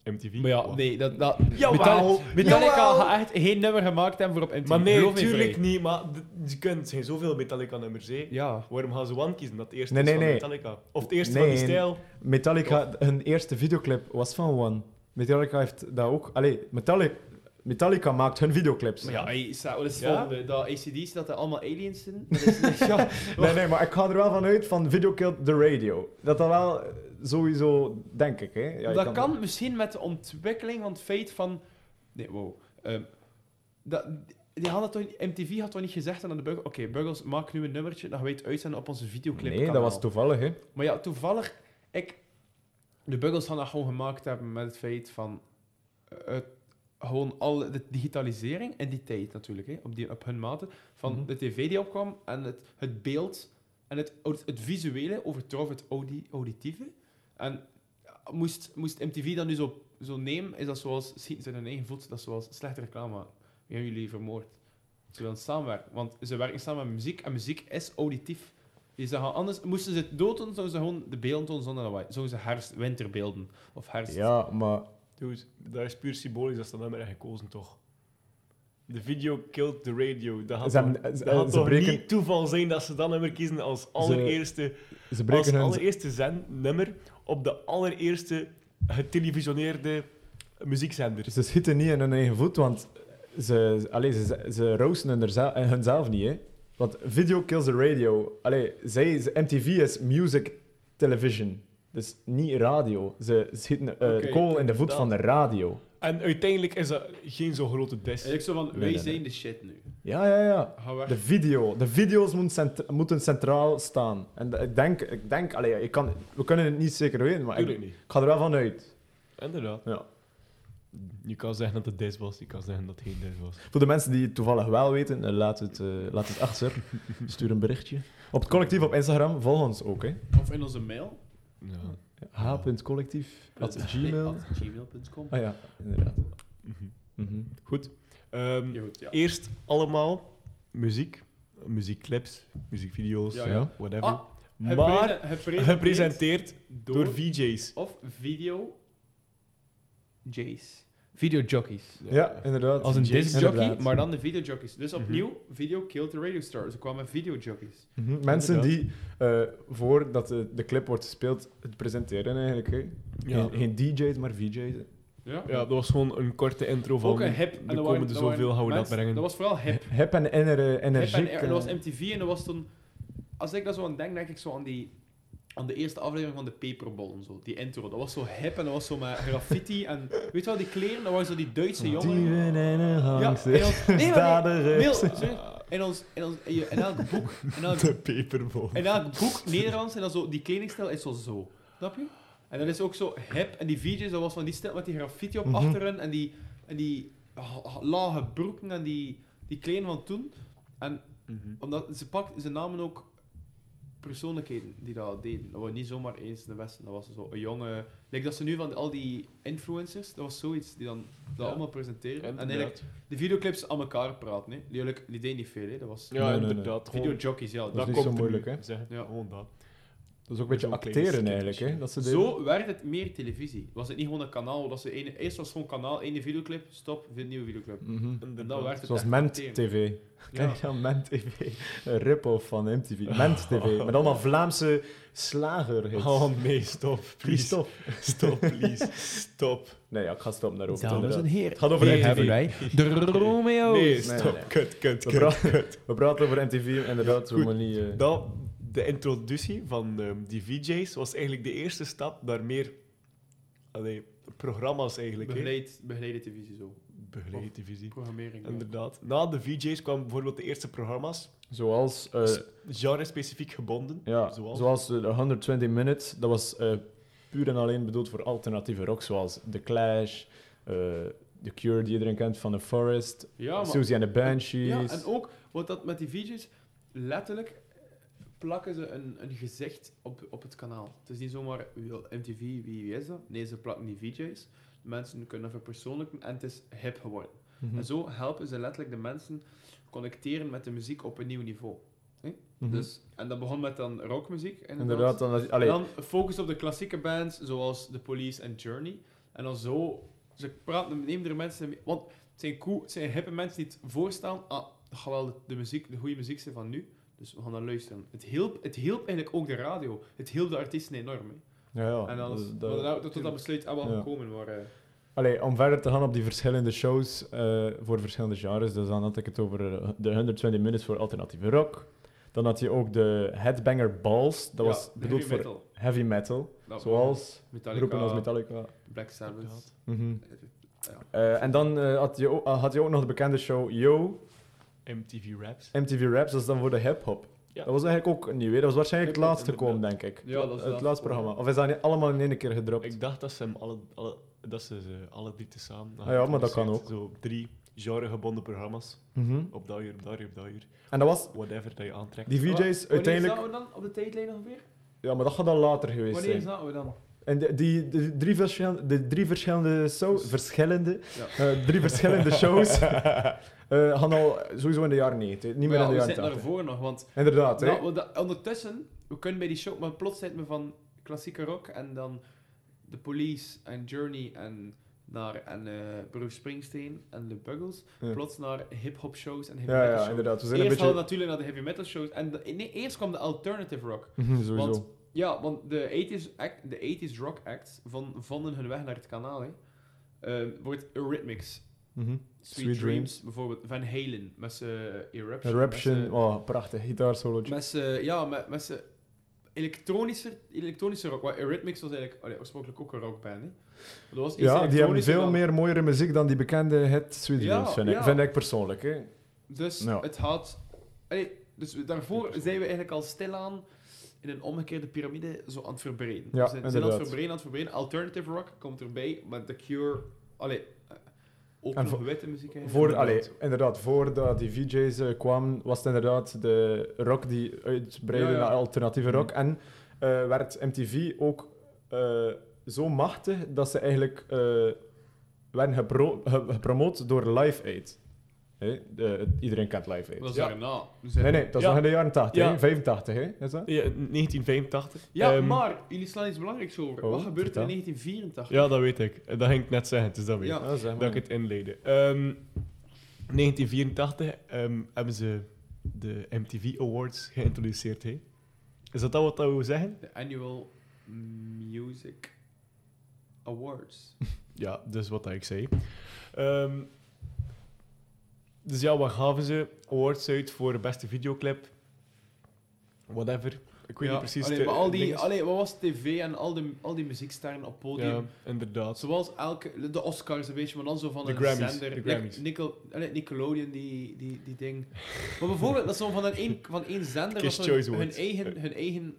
S3: MTV.
S1: Maar ja,
S3: One.
S1: nee, dat... dat
S3: Jawel.
S1: Metallica, Metallica
S3: Jawel.
S1: gaat echt geen nummer gemaakt hebben voor op MTV.
S3: Maar nee,
S1: Geloof me,
S3: natuurlijk
S1: Frey.
S3: niet. Maar d- je kunt, er zijn zoveel Metallica-nummers. hè.
S1: Ja.
S3: Waarom gaan ze One kiezen? Dat het eerste
S2: Nee,
S3: is
S2: nee,
S3: van
S2: nee.
S3: Metallica. Of het eerste van die
S2: Nee.
S3: stijl.
S2: Metallica, hun eerste videoclip was van One. Metallica heeft dat ook. Allee, Metallica, Metallica maakt hun videoclips.
S1: Maar ja, hey, Sa- wat is het
S3: Ja?
S1: volgende? eh, Dat ACD's, dat er allemaal aliens zijn? Dat is- ja.
S2: Nee, nee, maar ik ga er wel van uit van Video Killed the Radio. Dat dat wel eh, sowieso, denk ik. Hè. Ja, je
S1: dat kan misschien met de ontwikkeling van het feit van... Nee, wow. Ehm, dat, die hadden toch, MTV had toch niet gezegd aan de Buggles... Oké, Buggles, maak nu een nummertje, dan gaan wij het uitzenden op onze videoclip
S2: Nee, dat was toevallig. Hè.
S1: Maar ja, toevallig, ik... De Buggles gaan dat gewoon gemaakt hebben met het feit van... eh, het- gewoon al de digitalisering in die tijd natuurlijk, hè, op, die, op hun mate. Van
S2: Mhm.
S1: de tv die opkwam en het, het beeld en het, aud- het visuele overtrof het audi, auditieve. En ja, moest, moest MTV dat nu zo, zo nemen, is dat zoals... Schieten ze in hun eigen voet, dat is zoals slechte reclame. maken. We hebben jullie vermoord. Ze willen samenwerken, want ze werken samen met muziek en muziek is auditief. Je zou gaan anders, moesten ze het dood doen, zouden ze gewoon de beelden tonen zonder lawaai. Zouden ze herfst, winterbeelden of herfst.
S2: Ja, maar
S3: Dude, dat is puur symbolisch dat ze dat nummer hebben gekozen, toch? De video killed the radio. Dat had,
S2: Ze hebben-
S3: toch-
S2: ze-
S3: dat had
S2: ze
S3: toch
S2: breken-
S3: niet toeval zijn dat ze dat nummer kiezen als allereerste,
S2: ze
S3: als
S2: breken hun...
S3: allereerste zendnummer op de allereerste getelevisioneerde muziekzender.
S2: Dus Ze schieten niet in hun eigen voet, want ze, allee, ze, ze roosten hun er zel- hunzelf niet. Hè. Want video kills the radio. Allee, zij, ze- MTV is music television. Dus niet radio. Ze schieten eh, de
S3: Oké,
S2: kool in de voet van de radio.
S3: En uiteindelijk is dat geen zo grote des.
S1: Eigenlijk zo van, wij
S2: nee, nee.
S1: zijn de shit nu.
S2: Ja, ja, ja.
S1: Ga weg.
S2: De video. De video's moeten, cent- moeten centraal staan. En dat- ik denk, ik denk allee, ik kan, we kunnen het niet zeker weten, maar ik,
S3: Tuurlijk niet.
S2: ik ga er wel van uit.
S3: Inderdaad.
S2: Ja.
S3: Je kan zeggen dat het des was, je kan zeggen dat het geen des was.
S2: Voor de mensen die het toevallig wel weten, eh, laat het, eh, laat het achter. Stuur een berichtje. Op het collectief op Instagram, volg ons ook. Hè.
S1: Of in onze mail.
S3: Ja.
S2: H.collectief. At gmail.
S1: Gmail.com.
S2: Ah ja, inderdaad.
S3: Mhm.
S2: Mhm.
S3: Goed. Ehm,
S1: Ja, goed, ja.
S3: Eerst allemaal muziek. Muziekclips, muziekvideo's,
S1: Ja,
S2: ja.
S3: whatever.
S1: Ah,
S3: maar
S1: Geprese- gepresenteerd
S3: gepresenteerd door,
S1: door
S3: VJ's.
S1: of video jays. Videojockeys.
S2: Ja, inderdaad.
S1: Als een
S3: Jays,
S1: discjockey,
S2: inderdaad.
S1: maar dan de videojockeys. Dus opnieuw, video killed the radio star. Ze kwamen videojockeys.
S2: Mhm. Mensen
S3: Inderdaad.
S2: die, eh, voordat de, de clip wordt gespeeld, het presenteren eigenlijk. Hè.
S3: Ja.
S2: Geen, geen DJ's, maar VJ's.
S1: Ja.
S3: ja, dat was gewoon een korte intro van.
S1: Ook een hip. en dat
S3: De
S1: waren-
S3: komende
S1: dat waren
S3: zoveel gaan we dat
S1: mensen-
S3: brengen.
S1: Dat was vooral hip.
S2: Hip en ener,
S1: Hip en,
S2: energiek. eh,
S1: en dat was MTV en dat was toen... Als ik daar zo aan denk, denk ik zo aan die... Aan de eerste aflevering van de Paperball en zo. Die intro. Dat was zo hip en dat was zo met graffiti en... Weet je wel, die kleren? Dat waren zo die Duitse jongen.
S2: Dieven en een eh. hangst.
S1: en ons- nee, maar nee, Mil,
S2: Daderen.
S1: serieus, in, ons, in, ons, in, je- in elk boek... In elk,
S3: de paperball.
S1: in elk boek Nederlands en dan zo... Die kledingstijl is zo zo. Snap je? En dat is ook zo hip. En die VJ's, dat was van die stijl met die graffiti
S3: Mhm.
S1: op achteren en die... En die ha- ha- lage broeken en die, die kleren van toen. En
S3: Mhm.
S1: omdat ze, pakt, ze namen ook persoonlijkheden die dat deden. Dat was niet zomaar eens de beste. Dat was zo een jonge... Like dat ze nu van al die influencers, dat was zoiets die dan dat
S3: Ja.
S1: allemaal presenteren. En eigenlijk
S3: Inderdaad.
S1: de videoclips aan elkaar praten. Hè. Die, eigenlijk- die deden niet veel. Hè. Dat was
S3: Ja,
S2: Nee, nee, nee.
S3: inderdaad. gewoon-
S1: videojockeys. Ja,
S2: is
S1: dat
S2: niet
S1: komt
S2: zo
S1: er nu.
S2: moeilijk, hè?
S3: Zeggen,
S1: Ja.
S3: Gewoon dat.
S2: Dat is ook een beetje
S3: Zo'n
S2: acteren
S3: klein
S2: eigenlijk. Hè, dat ze deden.
S1: Zo werd het meer televisie. Was het niet gewoon een kanaal? Dat ze ene, eerst was het gewoon kanaal, ene videoclip, stop, weer een nieuwe videoclip.
S2: Mhm.
S1: En
S3: Nou,
S1: dan werd het
S2: Zoals
S1: echt
S2: Ment
S1: acteren.
S2: TV.
S1: Ja.
S2: Kijk dan Ment TV. Een rip-off van MTV. Ment TV. Met allemaal Vlaamse slager.
S3: Oh nee, stop. Please.
S2: stop.
S3: Stop, please. Stop.
S2: Nee, ja, ik ga stoppen daarover.
S1: Dames en
S2: inderdaad.
S1: heren,
S2: Het gaat over
S1: hier
S2: MTV.
S1: hebben wij de Oh, Romeo's.
S3: Nee,
S2: nee, nee.
S3: stop. Kut, kut,
S2: We
S3: kut.
S2: praten, we praten over MTV, inderdaad.
S3: Goed.
S2: Zo maar niet... eh,
S3: Dan, de introductie van ehm, die VJ's was eigenlijk de eerste stap naar meer allee, programma's eigenlijk. hè.
S1: Begeleid, begeleide televisie zo.
S3: Begeleid televisie.
S1: Programmering. ja.
S3: Inderdaad. Na de VJ's kwamen bijvoorbeeld de eerste programma's,
S2: Zoals, eh,
S3: genre-specifiek gebonden.
S2: ja,
S3: zoals-
S2: zoals, eh, de 120 Minutes, dat was eh, puur en alleen bedoeld voor alternatieve rock, zoals The Clash, eh, The Cure, die iedereen kent, van The Forest,
S1: Ja, maar-
S2: Susie and the
S1: Ja,
S2: Banshees.
S1: en ook, want dat met die VJ's, letterlijk plakken ze een, een gezicht op, op het kanaal. Het is niet zomaar wie wil MTV, wie, wie is dat? Nee, ze plakken die VJ's. Mensen kunnen verpersoonlijken en het is hip geworden.
S2: Mhm.
S1: En zo helpen ze letterlijk de mensen connecteren met de muziek op een nieuw niveau. Hè?
S2: Mhm.
S1: dus, en dat begon met dan rockmuziek. Inderdaad.
S2: Inderdaad, dan, allee,
S1: En dan focus op de klassieke bands zoals The Police en Journey. En dan zo, ze praten, nemen er mensen mee. Want het zijn, cool, het zijn hippe mensen die het voorstaan. Ah, dat gaat wel de, de muziek, de goede muziek zijn van nu. Dus we gaan naar luisteren. Het hielp, het hielp eigenlijk ook de radio. Het hielp de artiesten enorm. hè.
S2: ja, ja, dus
S1: en dan,
S2: dat-
S1: is- maar
S2: dat-
S1: dat- tot dat besluit ah, wel
S2: Ja.
S1: gekomen. Maar, eh,
S2: Allee, om verder te gaan op die verschillende shows eh, voor verschillende genres, dus dan had ik het over eh, de 120 Minutes voor alternatieve rock. Dan had je ook de Headbanger Balls, dat
S1: ja,
S2: was
S1: de
S2: bedoeld
S1: heavy
S2: voor
S1: metal.
S2: heavy metal,
S1: Dat-
S2: zoals
S1: Metallica,
S2: groepen als Metallica.
S1: Black Sabbath.
S3: Inderdaad.
S2: Mhm.
S1: Ja.
S2: Eh, en dan eh, had, je ook, had je ook nog de bekende show Yo,
S3: MTV Raps.
S2: MTV Raps, dat is dan voor de hip-hop.
S3: Ja.
S2: Dat was eigenlijk ook nieuw, hè. dat was waarschijnlijk het
S3: Hip-hop,
S2: laatste komen, denk ik.
S1: Ja, dat is
S2: het
S1: het
S2: laatste programma. Of is dat niet allemaal in één keer gedropt?
S3: Ik dacht dat ze, hem alle, alle, dat ze ze alle drie tezamen
S2: Ah ja, maar dat kan
S3: hadden geproduceerd. Zo drie genre-gebonden programma's.
S2: Mhm.
S3: Op dat uur, op dat uur, op dat uur.
S2: En dat was,
S3: Whatever dat je aantrekt.
S2: die VJ's
S1: Wanneer
S2: uiteindelijk...
S1: zaten we dan op de tijdlijn ongeveer?
S2: Ja, maar dat gaat dan later geweest
S1: Wanneer
S2: zijn.
S1: zaten we dan?
S2: En de, die, de drie verschillende, de drie verschillende, show, verschillende, eh, drie verschillende shows eh, gaan al sowieso in de jaren 90. Niet meer
S1: Ja,
S2: in de
S1: we
S2: jaren
S1: zitten
S2: 80.
S1: daarvoor nog, want
S2: Inderdaad, hè?
S1: Nou, want dat- ondertussen, we kunnen bij die show, maar plots zit me van klassieke rock en dan The Police en Journey en naar en eh, Bruce Springsteen en The Buggles.
S2: Ja.
S1: Plots naar hip-hop shows en heavy
S2: ja,
S1: metal
S2: ja,
S1: shows.
S2: inderdaad. We zijn
S1: Eerst
S2: een
S1: hadden we
S2: beetje...
S1: natuurlijk naar de heavy metal shows en de- nee, eerst kwam de alternative rock.
S2: Mhm, sowieso.
S1: Want, ja, want de 80s, act, de 80s rock acts van, vonden hun weg naar het kanaal. Hè. Eh, wordt Eurythmics,
S2: Mhm.
S1: Sweet,
S2: Sweet
S1: Dreams,
S2: Dreams.
S1: bijvoorbeeld Van Halen met zijn Eruption. met
S2: Eruption,
S1: z'n-
S2: oh, prachtig gitaarsolotje.
S1: Met z'n- ja, met, met z'n elektronische, elektronische rock. Want Eurythmics was eigenlijk allee, oorspronkelijk ook een rockband. Hè? Maar Dat was iets
S2: Ja, die hebben
S1: elektronischer
S2: veel
S1: dan-
S2: meer mooiere muziek dan die bekende hit Sweet
S1: Ja,
S2: Dreams, vind ik,
S1: ja.
S2: vind ik persoonlijk. Hè.
S1: Dus
S2: Ja.
S1: het had... allee, dus we- daarvoor zijn we eigenlijk al stilaan in een omgekeerde piramide zo aan het verbreden.
S2: Ja,
S1: we zijn, zijn aan het
S2: inderdaad.
S1: verbreden, aan het verbreden. Alternative rock komt erbij, met The Cure... Allee, eh, ook
S2: En
S1: nog
S2: voor-
S1: witte muziek eigenlijk.
S2: Voor, allee, inderdaad, voordat die VJ's eh, kwamen, was het inderdaad de rock die uitbreidde
S1: Ja, ja.
S3: Mm.
S2: naar alternatieve rock. En eh, werd MTV ook eh, zo machtig dat ze eigenlijk eh, werden gepro- ge- gepromoot door Live Aid. Hè, de- iedereen kent Live Aid.
S1: Dat is
S2: Ja.
S1: daarna.
S2: Nee, nee, dat is
S3: Ja.
S2: nog in de jaren 80, hè?
S3: Ja.
S2: 85, hè? Is dat?
S3: Ja, 1985.
S1: Ja,
S3: Ehm,
S1: maar jullie slaan iets belangrijks over.
S2: Oh,
S1: Wat gebeurt er in
S2: vertel.
S1: 1984?
S3: Ja, dat weet ik. Dat ging ik net zeggen, dus dat weet
S1: Ja.
S3: ik.
S2: Ja, zeg
S3: Dat ik
S2: maar.
S3: het inleidde. Ehm 1984 ehm, hebben ze de MTV Awards geïntroduceerd. hè? Is dat dat wat dat wil zeggen?
S1: De Annual Music Awards.
S3: Ja, dus wat dat ik zei. Ehm, dus ja, wat gaven ze? Awards uit voor beste videoclip. Whatever. Ik weet
S1: Ja,
S3: niet precies.
S1: allee,
S3: de-
S1: maar al die,
S3: dinges.
S1: allee, wat was tv en al die, al die muzieksterren op podium?
S3: ja, inderdaad.
S1: Zoals elke, de Oscars een beetje, maar dan zo van
S3: De
S1: een
S3: Grammys,
S1: zender.
S3: de Grammys.
S1: Nic- Nickel, allee, Nickelodeon, die, die, die ding. Maar bijvoorbeeld, dat is zo van, een één, van één zender
S3: Kids'
S1: was zo
S3: Choice
S1: hun, hun,
S3: Awards.
S1: eigen, hun eigen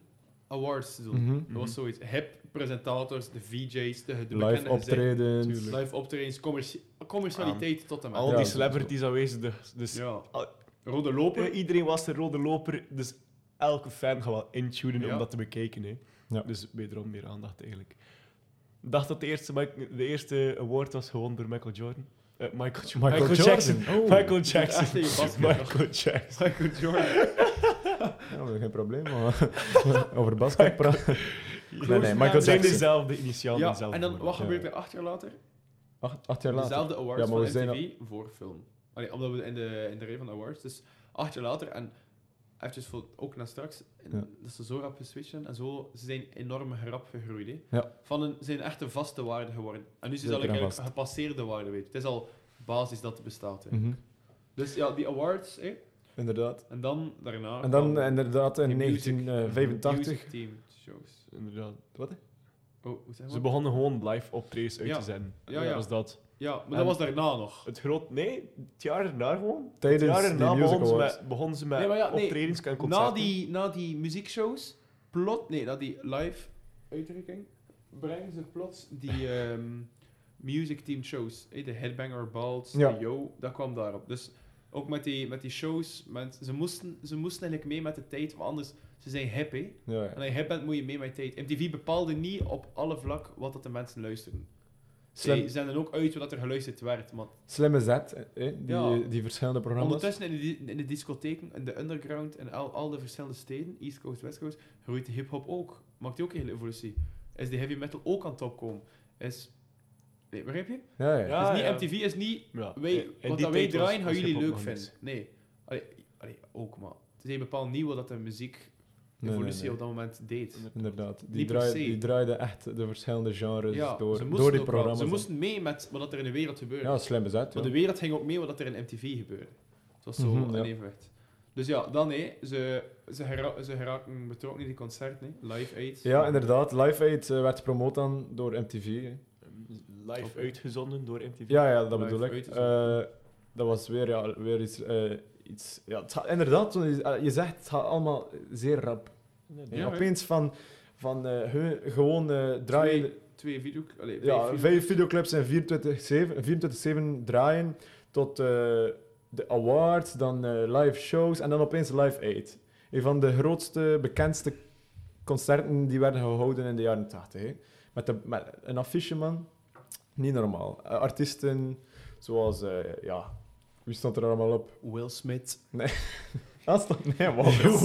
S1: awards te doen.
S2: Mhm.
S1: Dat was zoiets. Hip presentators, de VJ's, de, de
S2: Live
S1: bekende gezichten,
S2: optredens.
S3: Tuurlijk.
S1: live optredens, commerci- commercialiteit tot en met.
S3: Al
S2: Ja,
S3: die
S2: dat-
S3: celebrities aanwezig. Dus
S1: ja.
S3: al-
S1: Rode loper.
S3: Eh, Iedereen was de rode loper, dus elke fan gaat wel intunen
S1: Ja.
S3: om dat te bekijken. Hè.
S2: Ja.
S3: Dus wederom meer aandacht eigenlijk. Ik dacht dat de eerste, Mike- de eerste award was gewonnen door Michael Jordan. Eh, Michael, Jo- Michael, Jackson.
S2: Oh.
S3: Michael Jackson.
S1: Echt in je basket.
S3: Michael Jackson.
S1: Michael Jordan.
S2: Ja, maar geen probleem. Maar over basket praten. Nee, nee,
S1: Michael
S2: Michael
S3: Het zijn
S2: Jackson.
S3: dezelfde initialen.
S1: Ja,
S3: dezelfde
S1: en dan, wat
S3: woorden.
S1: gebeurt er acht jaar later?
S2: Acht, acht jaar later.
S1: Dezelfde awards
S2: Ja, maar we
S1: van
S2: zijn
S1: MTV voor film. Allee, omdat we in de, in de rij van de awards. Dus acht jaar later en eventjes voor, ook naar straks. en
S2: Ja.
S1: Dat ze zo rap geswitchen en zo. Ze zijn enorm rap gegroeid. hè.
S2: Ja.
S1: Van een, zijn echte vaste waarde geworden. En nu is het
S2: Zeker en
S1: eigenlijk
S2: vast.
S1: een gepasseerde waarde. Weet. Het is al basis dat bestaat. Hè.
S2: Mhm.
S1: Dus ja, die awards. Hè.
S2: Inderdaad.
S1: En dan daarna.
S2: En dan
S1: kwam
S2: inderdaad in
S1: die Ah, music-
S2: 1985.
S1: music team shows.
S3: Inderdaad.
S1: Oh, hoe zeg
S3: Ze
S1: maar?
S3: begonnen gewoon live optredens uit
S1: Ja.
S3: te zenden.
S1: Ja,
S3: Dat
S1: ja.
S3: was dat.
S1: Ja, maar dat
S3: En-
S1: was daarna nog.
S3: Het groot... Nee, het jaar daarna gewoon.
S1: dus
S3: Het
S2: Tijdens
S3: jaar
S2: de
S3: daarna
S2: Music
S3: begonnen ze
S2: Awards.
S3: met, begonnen ze met
S1: Nee, maar ja, nee.
S3: optredens en concerten.
S1: Na die, na die muziekshows, plot, nee, na die live uitdrukking, brengen ze plots die ehm music team shows. eh, de Headbanger Balls,
S2: Ja.
S1: de Yo, dat kwam daarop. Dus ook met die, met die shows, met, ze, moesten, ze moesten eigenlijk mee met de tijd, want anders, ze zijn happy.
S2: Ja,
S1: En
S2: ja.
S1: als je hip bent, moet je mee met de tijd. MTV bepaalde niet op alle vlak wat dat de mensen luisteren.
S2: Slim.
S1: Ze zenden ook uit wat er geluisterd werd, maar
S2: Slimme zet, hè, die,
S1: Ja.
S2: die verschillende programma's.
S1: Ondertussen in de, di- in de discotheken, in de underground, en al, al de verschillende steden, East Coast, West Coast, groeit de hip-hop ook. Maakt die ook een hele evolutie? Is de heavy metal ook aan top komen? Is. Nee, begrijp je?
S2: Ja, ja.
S3: Ja,
S1: dus niet
S3: ja.
S1: MTV is niet.
S3: Ja.
S1: Wij,
S3: En- en
S1: wat
S3: die
S1: dat wij
S3: tijd was-
S1: draaien, gaan
S3: was
S1: jullie
S3: hip-hop
S1: leuk
S3: nog
S1: vinden.
S3: niet.
S1: Nee. Allee, allee, ook maar. Het is een bepaald nieuw wat dat de muziek
S2: Nee,
S1: evolutie
S2: nee, nee.
S1: op dat moment deed.
S2: Inderdaad. Die,
S1: Niet per
S2: draai,
S1: se.
S2: die draaiden echt de verschillende genres
S1: Ja, ze
S2: door,
S1: moesten,
S2: door die
S1: ook wel.
S2: programma's.
S1: ze moesten mee met wat dat er in de wereld gebeurde.
S2: Ja, slimme zet.
S1: Maar de wereld ging ook mee wat er in MTV gebeurde. Het was zo
S2: Mhm,
S1: een
S2: ja.
S1: evenwicht. Dus ja, dan hé, ze, ze, gera- ze geraken betrokken in die concerten, hé. Live Aid.
S2: Ja, inderdaad. Live Aid eh, werd promoot dan door MTV. hè.
S3: Live
S1: Top.
S3: uitgezonden door MTV.
S2: Ja, ja, dat
S1: Live
S2: bedoel ik.
S1: Aid is
S2: Eh, dat was weer, ja, weer iets... eh, iets ja, het gaat- inderdaad, want je- eh, je zegt het gaat allemaal zeer rap.
S3: Inderdaad.
S1: Ja,
S2: Opeens van, van eh, hun- gewoon eh, draaien...
S1: Twee, twee video... Allee,
S2: ja,
S1: vijf video-
S2: vijf videoclips in 24/7 24/7 draaien tot eh, de awards, dan eh, live shows en dan opeens Live Aid. Een van de grootste, bekendste concerten die werden gehouden in de jaren 80. hè. Met, de, met een affiche, man. Niet normaal. Eh, artiesten zoals, eh, ja, wie stond er allemaal op?
S1: Will Smith.
S2: Dat stond, nee, Walvis.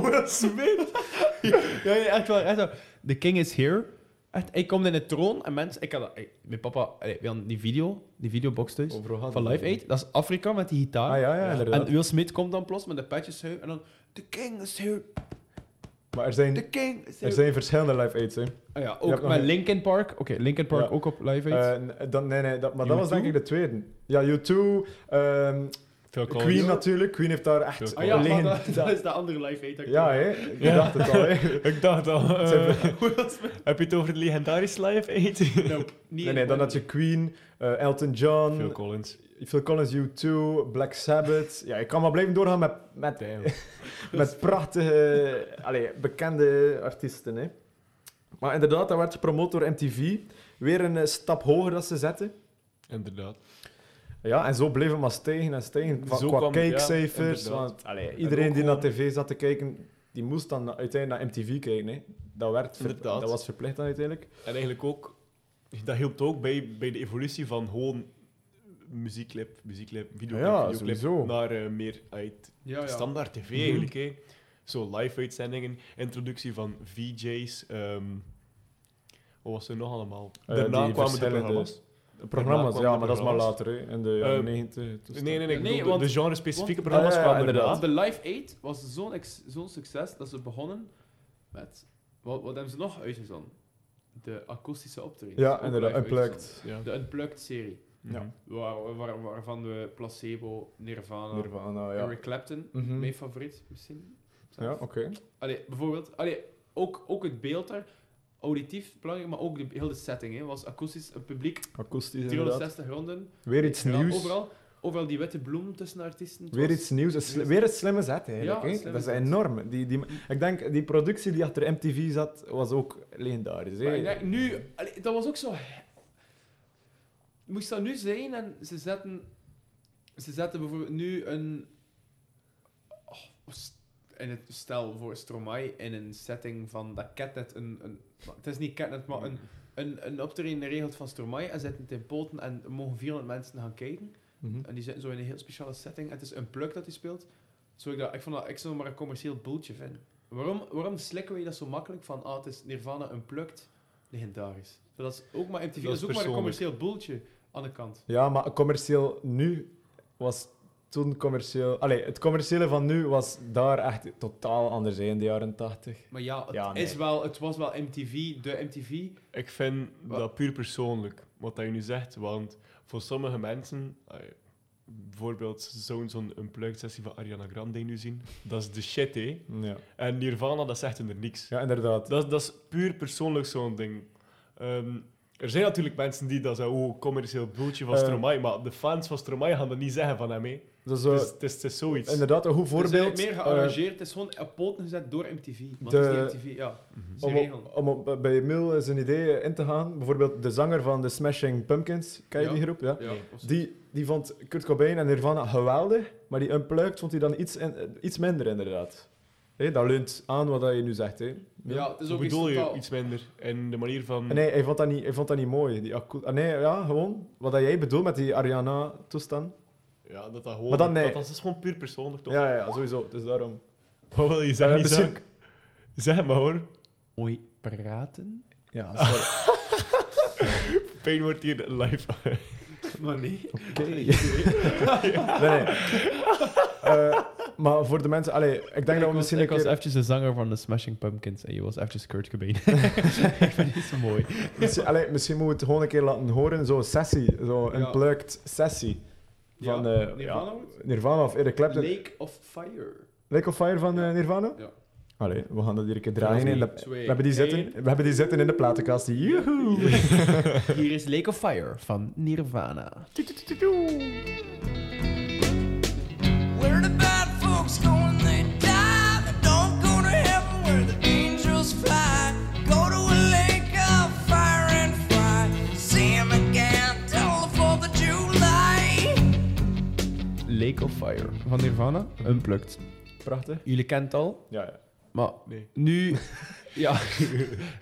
S1: Will Smith? ja, ja, echt waar. Echt waar. The King is here. Echt, ik kom in de troon en mensen... Ik had dat... ik- mijn papa... Allee, we hadden die video, die videobox thuis,
S2: Overal hadden
S1: van
S2: we
S1: Live
S2: die.
S1: Aid. Dat is Afrika met die gitaar.
S2: Ah ja, ja, inderdaad.
S1: En Will Smith komt dan plots met de petjes uit en dan... The King is here.
S2: Maar er
S1: The
S2: zijn,
S1: King is
S2: er
S1: here.
S2: zijn verschillende Live Aids, hè.
S1: Ah ja,
S2: Je hebt
S1: ook
S2: nog
S1: met
S2: een-
S1: Linkin Park. Oké, Linkin Park
S2: Ja.
S1: ook op Live Aid.
S2: Eh, n- dan, nee, nee, dat, maar dat was denk
S1: U2?
S2: ik de tweede. Ja, U2, ehm,
S3: Phil Collins.
S2: Queen natuurlijk, Queen heeft daar echt
S3: Phil
S1: ah ja,
S2: een
S1: maar
S2: legend-
S1: dat, dat is de andere Live Aid. dat ik
S2: Ja,
S1: doe.
S2: hè? ik
S3: Ja.
S2: dacht het al. Hè?
S3: Ik dacht al. eh,
S2: Ze
S1: Will Smith.
S3: heb je het over het legendarisch live Aid?
S1: Nope, niet
S2: Nee, nee, dan had je Queen, eh, Elton John,
S3: Phil
S2: Phil,
S3: Collins.
S2: Collins, U2, Black Sabbath. Ja, ik kan maar blijven doorgaan met, met, met prachtige, allee, bekende artiesten. Hè? Maar inderdaad, dat werd gepromoot door MTV. Weer een eh, stap hoger dat ze zetten.
S3: Inderdaad.
S2: Ja, en zo bleef het maar stijgen en stijgen. Qua,
S3: Zo
S2: qua
S3: kwam- ja,
S2: kijkcijfers.
S3: inderdaad.
S2: want allee,
S3: En
S2: iedereen
S3: ook
S2: die naar tv zat te kijken, die moest dan na- uiteindelijk naar MTV kijken. Hè. Dat, werd ver-
S3: Inderdaad.
S2: dat was verplicht dan uiteindelijk.
S3: En eigenlijk ook, dat hielp ook bij, bij de evolutie van gewoon muziekclip, muziekclip, videoclip,
S2: Ja,
S3: videoclip,
S2: sowieso. Mhm.
S3: naar eh, meer uit
S1: Ja, ja.
S3: standaard tv eigenlijk. hè. Zo live-uitzendingen, introductie van VJ's, ehm wat was er nog allemaal?
S2: Eh,
S3: Daarna
S2: die
S3: kwamen de
S2: verschillende-
S3: programma's.
S2: Programma's,
S3: kwam
S2: ja,
S3: de
S2: maar dat is maar
S3: programma's.
S2: later, hè, in de jaren
S3: Eh,
S2: 90. toestand.
S3: Nee, nee, nee, ik
S1: Nee,
S3: bedoel,
S1: want-
S3: de, de genre-specifieke
S1: want-
S3: programma's
S2: Ah, ja, ja,
S3: kwamen
S2: inderdaad.
S3: daarna.
S1: Want de Live 8 was zo'n ex- zo'n succes dat ze begonnen met... Wat, wat hebben ze nog uitgezonden? De akoestische optredens.
S2: Ja,
S1: Ook
S2: inderdaad,
S1: live
S2: Unplugged.
S1: uitgezonden.
S3: Ja.
S1: De Unplugged-serie,
S2: Ja.
S1: waar, waar, waarvan we Placebo,
S3: Ah.
S1: Nirvana,
S2: Nirvana, ja.
S1: Eric Clapton,
S2: Mhm.
S1: mijn favoriet misschien.
S2: Ja,
S1: zelfs.
S2: oké.
S1: Allee, bijvoorbeeld, allee, ook, ook het beeld daar, auditief belangrijk, maar ook de hele setting. Hè, was akoestisch, een publiek,
S2: Akoestisch inderdaad.
S1: 360 ronden.
S2: Weer iets
S1: overal-
S2: nieuws.
S1: Overal, overal die witte bloem tussen de artiesten. het
S2: Weer
S1: was-
S2: iets nieuws. Een sli- weer een slimme zet, eigenlijk.
S1: Ja,
S2: hè.
S1: een slimme
S2: dat is
S1: zet.
S2: enorm. Die, die, ik denk, die productie die achter MTV zat, was ook legendarisch. Hè.
S1: Maar ik denk nu, allee, dat was ook zo. Moest dat nu zijn en ze zetten, ze zetten bijvoorbeeld nu een. oh, st- in het stel voor Stromae in een setting van dat Catnet een, een. Het is niet Catnet, maar een, een, een optreden regelt van Stromae en zetten het in poten en er mogen 400 mensen gaan kijken.
S2: Mhm.
S1: En die zitten zo in een heel speciale setting. En het is een pluk dat hij speelt. Zo ik, dat, ik vond dat ik zou maar een commercieel boeltje vinden. Waarom, waarom slikken wij dat zo makkelijk van, ah, het is Nirvana unplugged? Legendarisch. Dat is ook maar MTV, dat is, ook maar een
S3: persoonlijk.
S1: commercieel boeltje aan de kant.
S2: Ja, maar commercieel nu was toen commercieel... Allee, het commerciële van nu was daar echt totaal anders hè, in de jaren 80.
S1: Maar ja, het,
S2: Ja, nee.
S1: is wel, het was wel MTV, de MTV.
S3: Ik vind
S1: Wa-
S3: dat puur persoonlijk, wat dat je nu zegt. Want voor sommige mensen, eh, bijvoorbeeld zo'n zo'n unplugged sessie van Ariana Grande nu zien, dat is de shit, hé.
S2: Ja,
S3: En Nirvana, dat zegt er niks.
S2: ja inderdaad.
S3: Dat, dat is puur persoonlijk zo'n ding. Ehm, er zijn natuurlijk mensen die dat zeggen, oh, commercieel boeltje van
S2: Eh.
S3: Stromae, maar de fans van Stromae gaan dat niet zeggen van hem, hé.
S2: Dat is,
S3: Het
S2: eh,
S1: dus-
S3: is- Het is- het is zoiets.
S2: inderdaad een goed voorbeeld.
S1: Het is eigenlijk dus meer
S2: eh,
S1: gearrangeerd, het is gewoon op poten gezet door MTV. Want het
S2: de- Oh,
S1: is niet MTV, ja. Ze
S2: Om,
S1: regelen.
S2: op, om op- bij Mil zijn idee eh, in te gaan, bijvoorbeeld de zanger van de Smashing Pumpkins, ken je
S1: Ja.
S2: die groep? Ja.
S1: Ja, of zo.
S2: Die, die vond Kurt Cobain en Nirvana geweldig, maar die Unplugged vond hij dan iets, in- eh, iets minder, inderdaad. Hé, dat leunt aan wat dat je nu zegt. Hè.
S1: ja, het is
S3: Hoe
S1: ook
S3: bedoel
S1: iets
S3: je
S1: totaal-
S3: iets minder? En de manier van...
S2: En Nee, hij vond dat niet, hij vond dat niet mooi. Die acco- ah, nee, ja, gewoon wat dat jij bedoelt met die Ariana-toestand.
S3: Ja, dat dat gewoon...
S2: Maar dan nee.
S3: dat, dat is gewoon puur persoonlijk, toch?
S2: Ja, ja, ja, sowieso. Dus daarom.
S3: Wat wil je zeggen,
S2: Eh,
S3: Isaac?
S2: misschien-
S3: Zeg het maar hoor.
S1: Oei, praten?
S2: Ja, sorry.
S3: Pijn wordt hier live.
S1: Maar nee.
S2: Oké. nee, nee. Eh, maar voor de mensen... Allee, ik denk dat we misschien een keer...
S1: eventjes de zanger van de Smashing Pumpkins en je was eventjes Kurt Cobain. ik vind het zo mooi.
S2: Misschien, allee, misschien moeten we het gewoon een keer laten horen. Zo'n sessie. Zo'n
S1: Ja.
S2: unplugged sessie. Van, eh, ja,
S1: Nirvana wordt?
S2: Nirvana of Eric Clapton. Lake,
S1: Lake of Fire.
S2: of Fire van eh, Nirvana?
S1: Ja.
S2: Allee, we gaan dat hier een keer draaien.
S1: Drie,
S2: in de- we,
S1: twee,
S2: hebben die zitten,
S1: één.
S2: we hebben die zitten in de platenkast. Joehoe!
S1: Hier is Lake of Fire van Nirvana.
S4: Where the bad folks go when they die. They don't go to heaven where the angels fly. Go to a lake of fire and fry. See 'em again till the 4th of July.
S1: Lake of Fire van Nirvana, unplugged.
S2: Prachtig.
S1: Jullie kent het al,
S2: Ja, ja.
S1: maar
S3: Nee.
S1: nu... ja,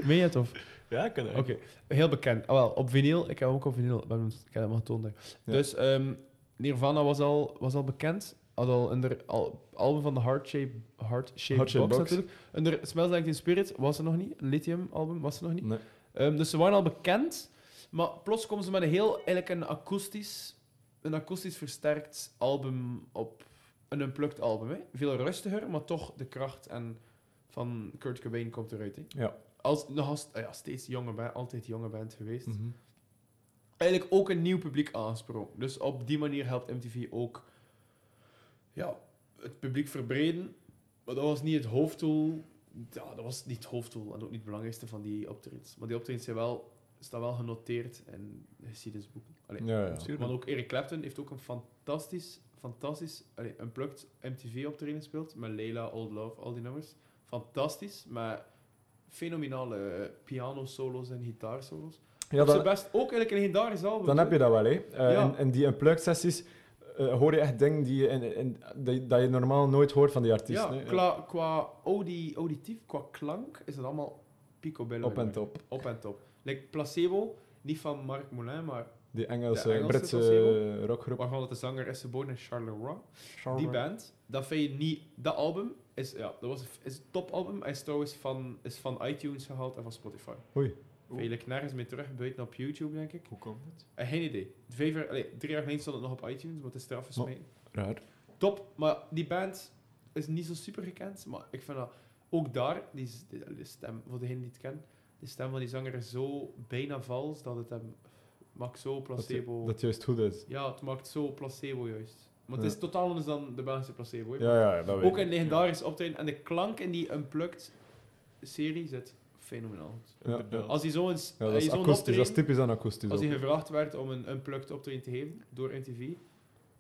S1: meen je het of?
S3: Ja, ik kan dat.
S1: Oké, heel bekend. Ah, wel, op vinyl, ik heb hem ook op vinyl, ik heb hem- ik heb hem al getoond. hè.
S2: Ja.
S1: Dus ehm, Nirvana was al, was al bekend, had al een der- al, album van de Heart Shape, Heart Shape Box,
S2: Heart Shape Box.
S1: natuurlijk. Onder Smells Like Teen Spirit was er nog niet, een Lithium album was er nog niet.
S2: Nee.
S1: Ehm, dus ze waren al bekend, maar plots komen ze met een heel, eigenlijk een akoestisch, een akoestisch versterkt album op. Een unplugged album, hè. Veel rustiger, maar toch de kracht en van Kurt Cobain komt eruit, hè.
S2: Ja.
S1: Als, nog als, ah ja, steeds jonge band, altijd jonge band geweest.
S2: Mhm.
S1: Eigenlijk ook een nieuw publiek aansproken. Dus op die manier helpt MTV ook ja, het publiek verbreden. Maar dat was niet het hoofddoel. Ja, dat was niet het hoofddoel en ook niet het belangrijkste van die optredens. Maar die optredens zijn wel, staan wel genoteerd in geschiedenisboeken. Allee,
S2: Ja, ja.
S1: want ook Eric Clapton heeft ook een fantastisch, fantastisch, allee, een plukt MTV optreden gespeeld met Leila, Old Love, al die nummers. Fantastisch, maar fenomenale eh, piano solos en gitaarsolos.
S2: Ja,
S1: Op zijn
S2: dan,
S1: best ook eigenlijk een legendarisch album.
S2: dan heb je dat wel, hè. Eh,
S1: Ja.
S2: in, in die unplugged sessies eh, hoor je echt dingen die je, in, in- die- dat je normaal nooit hoort van die artiesten.
S1: Ja,
S2: hè.
S1: qua, qua audi, auditief, qua klank is het allemaal picobello.
S2: Op en top.
S1: Op en top. Like Placebo, niet van Marc Moulin, maar
S2: Die Engelse,
S1: De Engelse
S2: Britse
S1: placebo.
S2: rockgroep.
S1: waarvan het de zanger is geboren in Charleroi.
S2: Oh,
S1: Die band, dat vind je niet... Dat album is, ja, dat was, is het topalbum. Hij is trouwens van, is van iTunes gehaald en van Spotify.
S2: Oei.
S1: Vind je like, nergens mee terug, buiten op YouTube, denk ik.
S3: Hoe komt het?
S1: Eh, geen idee. Vijf jaar- allee, drie jaar geleden stond het nog op iTunes, maar het is eraf gesmeten.
S2: Raar.
S1: Top, maar die band is niet zo super gekend, maar ik vind dat ook daar, die, s- die- de stem, voor degenen die het kennen, de stem van die zanger is zo bijna vals dat het hem maakt zo
S2: Dat, ju-
S1: placebo.
S2: dat juist goed is.
S1: Ja, het maakt zo placebo juist. Maar het
S2: Ja.
S1: is totaal anders dan de Belgische placebo. hè.
S2: Ja, ja, dat weet
S1: ook
S2: ik.
S1: een legendarisch optreden en de klank in die Unplugged serie zit fenomenaal.
S2: Ja, ja.
S1: Als hij zo'n
S2: Ja, dat is akoestisch. Dat is typisch aan
S3: Dus
S2: akoestisch.
S1: als
S2: ook.
S1: hij gevraagd werd om een unplugged optreden te geven door MTV,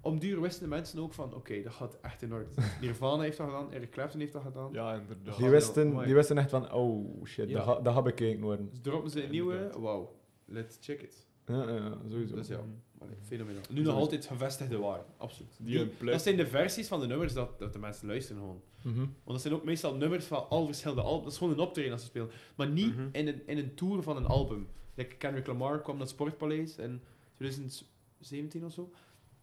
S1: om duur wisten de mensen ook van, oké, dat gaat echt in orde. zijn. Nirvana heeft dat gedaan, Eric Clapton heeft dat gedaan.
S3: Ja, inderdaad.
S2: Die wisten,
S1: Mooi.
S2: die wisten echt van, oh shit,
S1: Ja.
S2: dat, ga- dat gaat bekeken worden.
S1: Dus droppen ze een
S3: Inderdaad.
S1: nieuwe, wauw, let's check it.
S2: Ja, ja, ja, sowieso.
S1: Dus ja,
S3: Mhm.
S1: allee, fenomenaal. Nu nog altijd gevestigde waarden, absoluut.
S3: Die
S1: Die-
S3: Unplugged-
S1: dat zijn de versies van de nummers dat, dat de mensen luisteren gewoon.
S2: Mhm.
S1: Want dat zijn ook meestal nummers van al verschillende albums. Dat is gewoon een optreden als ze spelen. Maar niet
S3: Mhm.
S1: in, een, in een tour van een album. Like Kendrick Lamar kwam naar het Sportpaleis in 2017 of zo.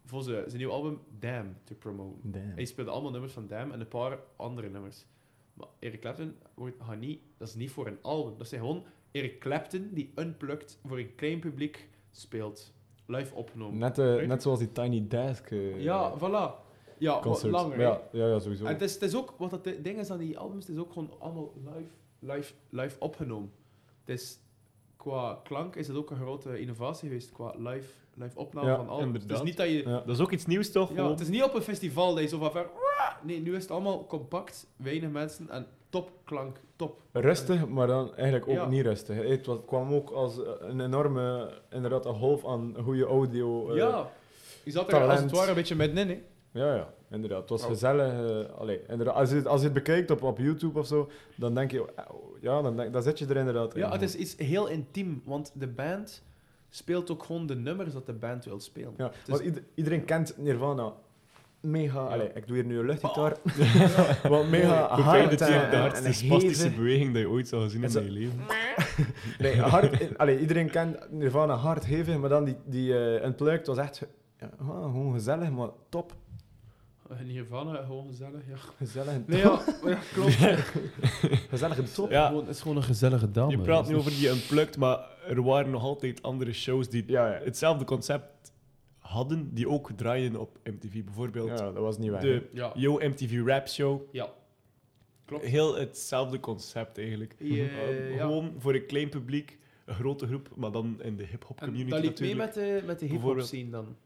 S1: Voor zijn, zijn nieuw album Damn te promoten.
S2: Damn.
S1: Hij speelde allemaal nummers van Damn en een paar andere nummers. Maar Eric Clapton wordt gaat niet, dat is niet voor een album. Dat zijn gewoon Eric Clapton die unplugged voor een klein publiek speelt. Live opgenomen.
S2: Net, eh,
S1: Right?
S2: net zoals die Tiny Desk eh,
S1: ja, voilà. Ja, wat
S2: concert.
S1: langer. hè.
S2: ja, ja, ja, sowieso.
S1: En het is, het is ook, wat het ding is aan die albums, het is ook gewoon allemaal live, live, live opgenomen. Het is, qua klank is het ook een grote innovatie geweest, qua live, live opname
S2: Ja,
S1: van albums. Het is
S3: inderdaad.
S1: niet dat je...
S2: Ja.
S3: Dat is ook iets nieuws, toch?
S1: Ja,
S3: Gewoon-
S1: het is niet op een festival dat je zo van ver... Nee, nu is het allemaal compact, weinig mensen en top klank, top.
S2: Rustig, maar dan eigenlijk ook
S1: Ja.
S2: niet rustig. Het was- kwam ook als eh, een enorme inderdaad, een golf aan goede audio. eh,
S1: ja, je zat er als het
S2: talent.
S1: ware een beetje middenin, hè.
S2: ja, ja, inderdaad. Het was
S1: Oh.
S2: gezellig. eh, allee, inderdaad, als, je, het- als je het bekijkt op, op YouTube of zo, dan denk je, eh, ja, dan, denk, dan zit je er inderdaad in.
S1: Ja, het is iets heel intiem, want de band speelt ook gewoon de nummers dat de band wil spelen.
S2: Ja,
S1: is-
S2: want ieder- iedereen kent Nirvana. Mega, allee, ik doe hier nu een luchtgitaar.
S1: Oh.
S2: Want mega
S3: Ik vind
S2: hard
S3: dit
S2: en,
S3: hier de
S2: en,
S3: hardste
S2: en
S3: spastische
S2: hevig.
S3: beweging dat je ooit zou gezien
S2: Is
S3: hebben in je leven.
S2: Nee, hard, in- allee, iedereen kent Nirvana hard, hevig, maar dan die, die eh, Unplugged was echt ja, gewoon gezellig, maar top.
S1: En hiervan, eh, gewoon gezellig, ja.
S2: Gezellig en top.
S1: Nee, ja, ja klopt.
S2: Gezellig en top.
S3: Ja,
S1: het is gewoon een gezellige dame. Dus
S3: je praat nu over die Unplugged, maar er waren nog altijd andere shows die
S2: Ja, ja.
S3: hetzelfde concept hadden, die ook draaiden op MTV. Bijvoorbeeld
S2: Ja, dat was niet waar.
S3: de
S1: Ja,
S3: Yo MTV Rap Show.
S1: ja. Klopt.
S3: Heel hetzelfde concept eigenlijk.
S1: Ja,
S3: Uh,
S1: Eh, ja.
S3: Gewoon voor een klein publiek, een grote groep, maar dan in de hip-hop
S1: En
S3: community
S1: dat liep mee
S3: natuurlijk.
S1: met de, met de hip-hop
S3: Bijvoorbeeld.
S1: scene dan.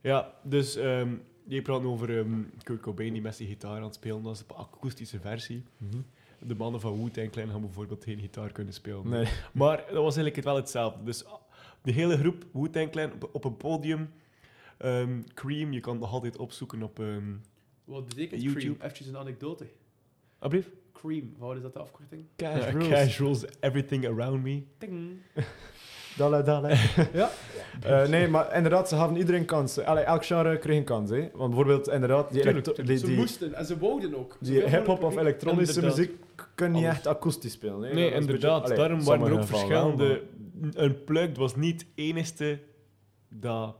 S3: Ja, dus ehm je praat over ehm, Kurt Cobain die met zijn gitaar aan het spelen was, op akoestische versie.
S2: Mhm.
S3: De mannen van Wu-Tang Clan gaan bijvoorbeeld geen gitaar kunnen spelen.
S2: Nee.
S3: Maar dat was eigenlijk het wel hetzelfde. Dus ah, de hele groep Wu-Tang Clan op, op een podium. Ehm, Cream, je kan het nog altijd opzoeken op... ehm
S1: Wat betekent
S3: YouTube.
S1: Cream? Even een anekdote.
S3: alsjeblieft.
S1: Cream, wat is dat de afkorting?
S2: Cash
S3: Ja,
S2: rules.
S3: cash rules everything around me.
S1: Ting.
S2: Dalle, dalle. ja. Eh, nee, maar inderdaad, ze gaven iedereen kansen. Allee, elk genre kreeg een kans. Hè. Want bijvoorbeeld, inderdaad, die,
S3: Tuurlijk,
S2: elektro-
S1: Ze
S2: die, die,
S1: moesten en ze wouden ook.
S2: die
S1: Zoveel
S2: hip-hop of
S1: mogelijk
S2: elektronische
S3: Inderdaad.
S2: muziek k- kun je niet
S3: Alles.
S2: echt akoestisch spelen.
S3: Nee,
S2: Hè. Dat is een
S3: inderdaad.
S2: beetje- allee,
S3: Daarom waren er ook
S2: sommige gevallen wel,
S3: verschillende. Een plug was niet het enige dat,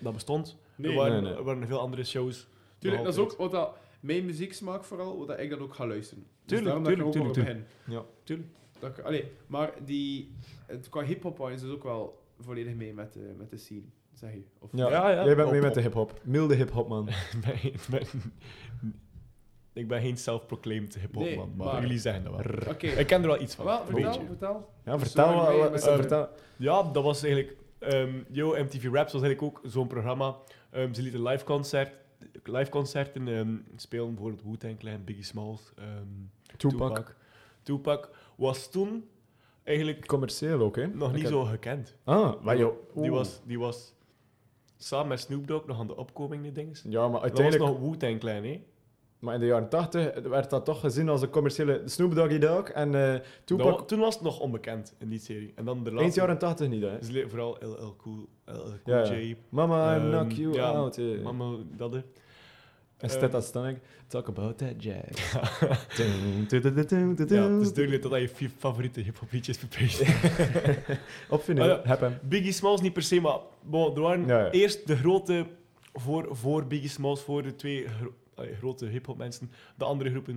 S3: dat bestond.
S1: Nee.
S3: er, waren,
S2: Nee, nee.
S3: er waren veel andere shows.
S1: publiek. Tuurlijk,
S3: Nog
S1: dat is ook
S3: altijd.
S1: wat dat, mijn muzieksmaak vooral, wat dat ik dan ook ga luisteren. Dus
S3: Tuurlijk,
S1: daarom dat ik er ook
S3: tuurlijk,
S1: over
S3: tuurlijk,
S1: begin.
S2: Ja.
S1: tuurlijk. Dat ik- allee, maar die, het, qua hip-hop waren ze dus ook wel volledig mee met, de met de scene, zeg je. Of,
S2: Ja.
S3: Ja, ja.
S2: Jij bent
S3: Op-
S2: mee met de
S3: op-
S2: hip-hop. Milde hip-hop, man.
S3: Ik ben- ik ben- ik ben geen self-proclaimed hip-hop
S1: Nee,
S3: man, maar,
S1: maar-
S3: jullie zeggen dat wel.
S1: Oké,
S3: Ik ken er wel iets van.
S1: wel,
S3: een beetje.
S1: vertel, vertel.
S2: Ja,
S1: Zo
S2: vertel
S1: waren
S2: wat.
S1: wij
S2: wat-
S1: met-
S2: eh, vertel-
S3: Ja, dat was eigenlijk. ehm Yo, MTV Raps was eigenlijk ook zo'n programma. Ehm, ze lieten live, concert, live concerten ehm, spelen, bijvoorbeeld Wu-Tang Clan, Biggie Smalls, ehm,
S2: Tupac.
S3: Tupac was toen eigenlijk
S2: Commercieel ook, hè?
S3: nog
S2: Ik
S3: niet
S2: heb-
S3: zo gekend.
S2: Ah, maar joh.
S3: Die was, die was samen met Snoop Dogg nog aan de opkomende dingen.
S2: Ja, maar
S3: Dat was nog
S2: uiteindelijk...
S3: Wu-Tang Clan, hè?
S2: Maar in de jaren 80 werd dat toch gezien als een commerciële Snoop Doggy Dogg en
S3: Dat
S2: eh
S3: wa-
S2: Tupac.
S3: toen was het nog onbekend in die serie. En dan de
S2: Eind
S3: laatste...
S2: jaren 80 niet, hè?
S3: Ze leed vooral LL Cool, LL Cool
S2: Ja, ja.
S3: J,
S2: Mama, I
S3: Ehm,
S2: knock you
S3: ja, eh.
S2: out. eh.
S3: mama, dat hè.
S2: Instead of stomach, talk about that jazz.
S3: dus
S2: Dun, dun, dun, dun, dun, dun,
S3: Ja, het is
S2: dun.
S3: duidelijk dat hij je fi- favoriete hip-hop liedjes beperkt.
S2: Op vinyl,
S3: Ah, ja.
S2: heb hem.
S3: Biggie Smalls niet per se, maar bon, er waren
S2: Ja, ja.
S3: eerst de grote voor, voor Biggie Smalls, voor de twee gro- allee, grote hip-hop mensen, de andere groepen.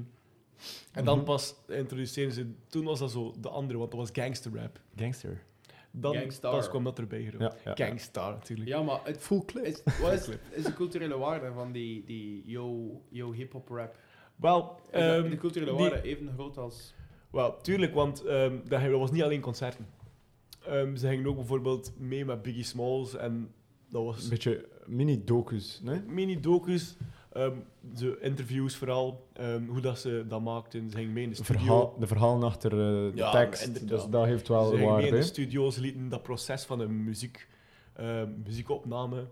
S3: En
S2: Mhm.
S3: dan pas introduceerden ze, toen was dat zo de andere, want dat was gangster rap.
S2: Gangster.
S3: Dan
S1: Gangstar.
S3: pas kwam dat erbij. gerookt.
S2: Ja, ja, ja.
S3: Gangstar natuurlijk.
S1: Ja, maar het
S2: Full clip.
S1: is, wat is, is de culturele waarde van die, die yo, yo hip-hop rap?
S3: Wel,
S1: Is dat-
S3: ehm,
S1: de culturele
S3: die-
S1: waarde even groot als.
S3: Wel, tuurlijk, want ehm, dat ging- dat was niet alleen concerten. Ehm, ze gingen ook bijvoorbeeld mee met Biggie Smalls en dat was
S2: Een beetje mini-docus, nee?
S3: mini-docus, ehm, de interviews vooral, ehm, hoe dat ze dat maakten. Ze gingen mee in de
S2: De,
S3: studio.
S2: verhaal, de verhalen achter eh, de
S3: Ja,
S2: tekst,
S3: inderdaad.
S2: dus dat heeft wel
S3: ze gingen mee
S2: waarde.
S3: in de
S2: hè.
S3: studio, ze lieten dat proces van een muziek, ehm, muziekopname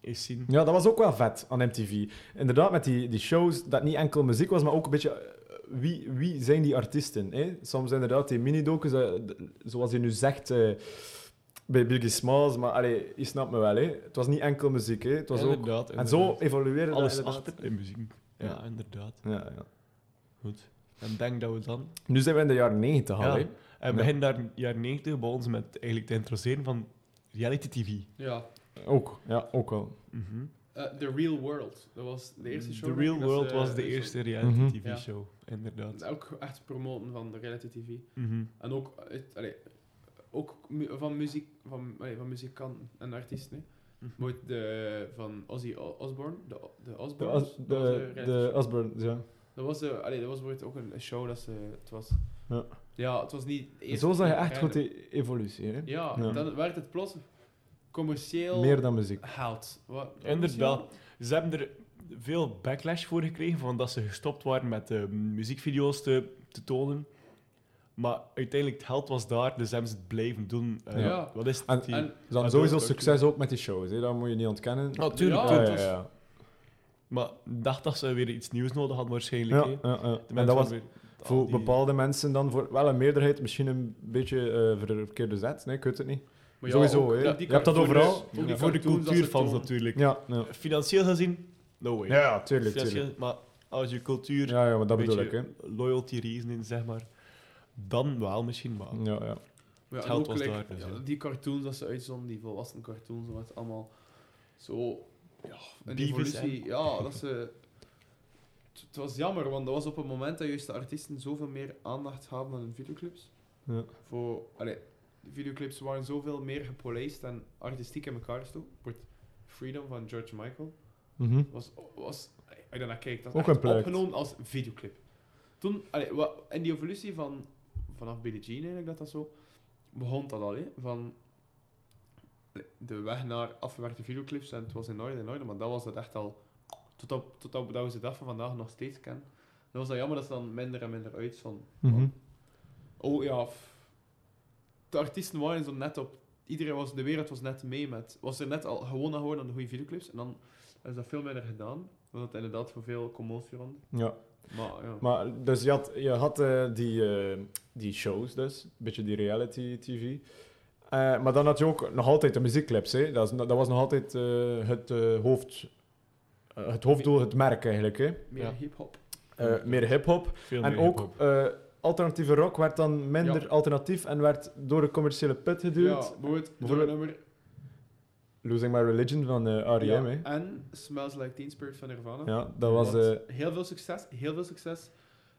S3: eens zien.
S2: Ja, dat was ook wel vet aan MTV. Inderdaad, met die, die shows, dat niet enkel muziek was, maar ook een beetje... eh, Wie, wie zijn die artiesten? Hè? Soms inderdaad die mini-docus, eh, d- zoals je nu zegt... eh, bij Biggie Smalls, maar allee, je snapt me wel. Hè? Het was niet enkel muziek. Hè? Het was ook...
S3: inderdaad,
S2: En zo evolueerde
S3: alles
S2: dat inderdaad.
S3: achter in muziek. Ja,
S2: Ja.
S3: inderdaad.
S2: Ja, ja.
S3: Goed. En denk dat we dan
S2: Nu zijn we in de jaren 90 al.
S3: Ja.
S2: hè.
S3: En begin daar jaren 90 begonnen ze met eigenlijk te introduceren van reality TV.
S1: Ja.
S2: Ook, ja, ook wel.
S1: eh, The Real World. Dat was de eerste show.
S3: Mm, Mhm.
S1: denk
S3: The Real
S1: ik, dat
S3: World
S1: ze-
S3: was de
S1: dat ze-
S3: eerste reality
S2: Mhm.
S3: TV
S1: Ja.
S3: show, inderdaad.
S1: Ook echt promoten van de reality TV.
S3: Mhm.
S1: En ook, het, allee, ook mu- van, muziek, van, allee, van muzikanten en artiesten. hè.
S3: Mhm.
S1: Moet de, van Ozzy O- Osbourne, de, O- de
S2: De,
S1: Osbournes.
S2: Os-
S1: dat was een
S2: de,
S1: reality
S2: de
S1: show.
S2: Osbournes, ja.
S1: Dat was, eh, allee, dat was bijvoorbeeld ook een, een show dat ze... Het was,
S2: Ja.
S1: ja, het was niet... eerst-
S2: Zo zag je echt
S1: ja,
S2: goed die evolutie. Hè?
S1: Ja,
S2: Ja.
S1: dan werd het plots commercieel
S2: Meer dan muziek.
S1: haalt. Wat,
S3: Inderdaad. Ze hebben er veel backlash voor gekregen, van dat ze gestopt waren met eh, muziekvideo's te, te tonen. Maar uiteindelijk, het geld was daar, dus hebben ze het blijven doen. Eh,
S1: Ja.
S3: Wat is het?
S2: En-
S3: die-
S1: En
S2: Dus dan
S3: Ah,
S2: sowieso
S3: dat is ook
S2: succes ook met die shows, hè? dat moet je niet ontkennen.
S3: Oh, tuurlijk,
S1: Ja,
S3: tuurlijk.
S1: het was-
S3: Maar ik dacht dat ze weer iets nieuws nodig hadden waarschijnlijk.
S2: Ja,
S3: hè.
S2: ja,
S3: De
S2: ja. En
S3: mensen
S2: dat was
S3: waren weer- al
S2: voor
S3: die-
S2: bepaalde mensen dan voor wel een meerderheid, misschien een beetje eh voor de verkeerde zet. Nee, ik weet het niet.
S1: Maar
S2: Sowieso,
S1: ook
S2: hè.
S1: die
S2: Je hebt dat
S1: cartoons,
S2: overal.
S1: ook die
S3: Ja, voor de
S1: cartoons dat ze
S3: cultuurfans
S1: tonen.
S3: natuurlijk.
S2: Ja, ja.
S3: Financieel gezien, no way.
S2: ja tuurlijk. tuurlijk.
S3: Financieel, maar als je cultuur
S2: Ja, ja, maar dat
S3: Een
S2: bedoel ik.
S3: beetje
S2: Hè.
S3: loyalty reason in, zeg maar, dan wel misschien, maar...
S2: Ja, ja.
S1: Maar ja,
S3: Het geld
S1: en ook,
S3: was
S1: like,
S3: daar, dus
S1: ja,
S3: ja.
S1: Die cartoons dat ze uitzonden, die volwassen cartoons, wat allemaal zo. Ja, een
S3: Beavis,
S1: evolutie. Ja, dat ze. Het- Het was jammer, want dat was op het moment dat juist de artiesten zoveel meer aandacht hadden dan hun videoclips.
S2: Ja.
S1: Voor, allee, de videoclips waren zoveel meer gepolijst en artistiek in elkaar gestoken. Bijvoorbeeld Freedom van George Michael
S2: Mhm.
S1: was, was als ik daarnaar kijk, dat
S2: Ook
S1: is
S2: een
S1: echt
S2: plek.
S1: opgenomen als videoclip. Toen, allee, wa- en die evolutie van, vanaf Billie Jean eigenlijk, dat dat zo, begon dat al, hè, van de weg naar afgewerkte videoclips, en het was in orde, in orde, maar dat was dat echt al, tot op, tot op dat we ze dag van vandaag nog steeds kennen. Dan was dat jammer dat ze dan minder en minder uitzonden.
S2: Mhm.
S1: Oh ja, f- de artiesten waren zo net op. Iedereen was, de wereld was net mee met. Was er net al gewoon aan gewoon aan de goede videoclips. En dan is dat veel minder gedaan. Omdat het inderdaad voor veel commotie rond.
S2: ja.
S1: Maar ja.
S2: Maar dus je had, je had eh, die, eh, die shows dus, een beetje die reality tv. Eh, maar dan had je ook nog altijd de muziekclips. Hè? Dat, is, dat was nog altijd eh, het, eh, hoofd, eh, het hoofddoel, het merk eigenlijk. Hè?
S1: meer
S3: Ja.
S1: hip-hop.
S2: Eh, meer hip-hop.
S3: Veel
S2: En
S3: meer
S2: ook
S3: hip-hop.
S2: eh, alternatieve rock werd dan minder alternatief en werd door de commerciële put
S1: Ja,
S2: geduwd.
S1: bijvoorbeeld door
S2: Bijvoorbeeld-
S1: het nummer.
S2: Losing My Religion van eh R.E.M.
S1: ja,
S2: hè.
S1: en Smells Like Teen Spirit van Nirvana.
S2: Ja, dat was...
S1: Want
S2: eh,
S1: heel veel succes, heel veel succes.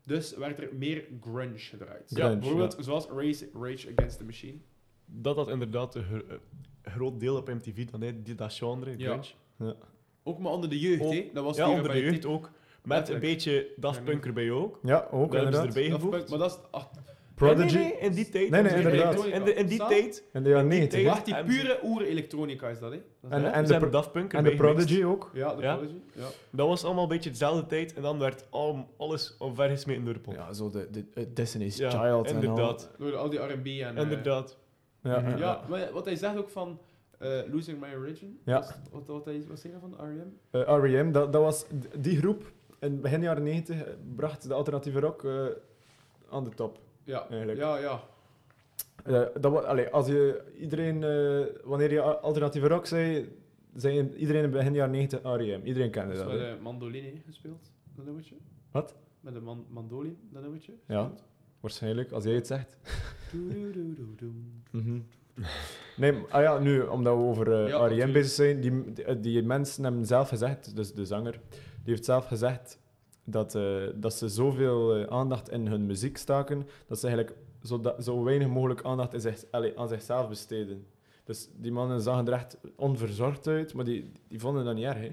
S1: Dus werd er meer grunge gedraaid.
S2: Grunge,
S1: ja, bijvoorbeeld zoals Rage, Rage Against the Machine.
S3: Dat had inderdaad een gro- een groot deel op MTV, dan, hè, die- dat genre,
S1: Ja.
S3: grunge.
S1: Ook maar onder de jeugd,
S3: Ook-
S1: hè? Dat was
S3: ja,
S1: hier
S3: onder
S1: bij
S3: de
S1: het-
S3: jeugd ook. Met een
S1: Letterlijk.
S3: beetje Daft Punk erbij ook.
S2: ja, ook
S3: Daar hebben ze
S2: inderdaad.
S3: erbij
S1: Dat-
S3: gevoegd.
S1: Maar dat is... ach,
S2: Prodigy
S3: Nee, nee, nee, in die tijd.
S2: Nee,
S3: hebben
S2: nee,
S3: ze erbij
S2: inderdaad.
S3: gevoegd. In, de- in die
S1: Sa-
S3: tijd.
S2: in de jaren
S3: die
S2: 90.
S3: tijd-
S1: Wacht, die
S3: hebben ze-
S1: pure oer-elektronica is dat, hè? Dat is
S2: En,
S1: dat.
S2: en,
S3: ze
S2: de,
S3: hebben
S2: pro-
S3: Daft Punk
S2: en de
S3: erbij gemixt.
S2: Prodigy ook.
S1: ja, de
S3: ja.
S1: Prodigy. Ja.
S3: Dat was allemaal een beetje dezelfde tijd en dan werd al, alles omvergesmeten door de pop.
S2: Ja, zo de, de eh, Destiny's
S3: Ja,
S2: Child en al.
S3: inderdaad.
S1: Door al die R&B en... eh,
S3: Inderdaad.
S2: Ja, ja, ja.
S1: ja, maar wat hij zegt ook van eh, Losing My Religion.
S2: Ja.
S1: was- Wat, wat, hij, wat zei hij van E R.E.M.?
S2: Eh, R.E.M., dat, dat was d- die groep in begin jaren 90 eh, bracht de alternatieve rock eh, aan de top.
S1: Ja,
S2: Eigenlijk.
S1: ja, ja.
S2: Eh, dat wa- allee, als je iedereen, eh, wanneer je a- alternatieve rock zei, Zijn iedereen in begin jaren 90 R.E.M. Iedereen kende dat.
S1: Dus met
S2: hè?
S1: de mandoline gespeeld, dat nummertje.
S2: Wat?
S1: Met de man mandoline, dat nummertje.
S2: Ja, waarschijnlijk, als jij het zegt.
S1: Doedoedoedoedoem.
S2: Nee, maar- ah ja, nu, omdat we over eh,
S1: Ja,
S2: R.E.M.
S1: natuurlijk.
S2: bezig zijn, die, die, die mensen hebben zelf gezegd, dus de zanger, die heeft zelf gezegd dat, eh, dat ze zoveel eh, aandacht in hun muziek staken, dat ze eigenlijk zo, da- zo weinig mogelijk aandacht in zich, allee, aan zichzelf besteden. Dus die mannen zagen er echt onverzorgd uit, maar die, die vonden dat niet erg. Hè.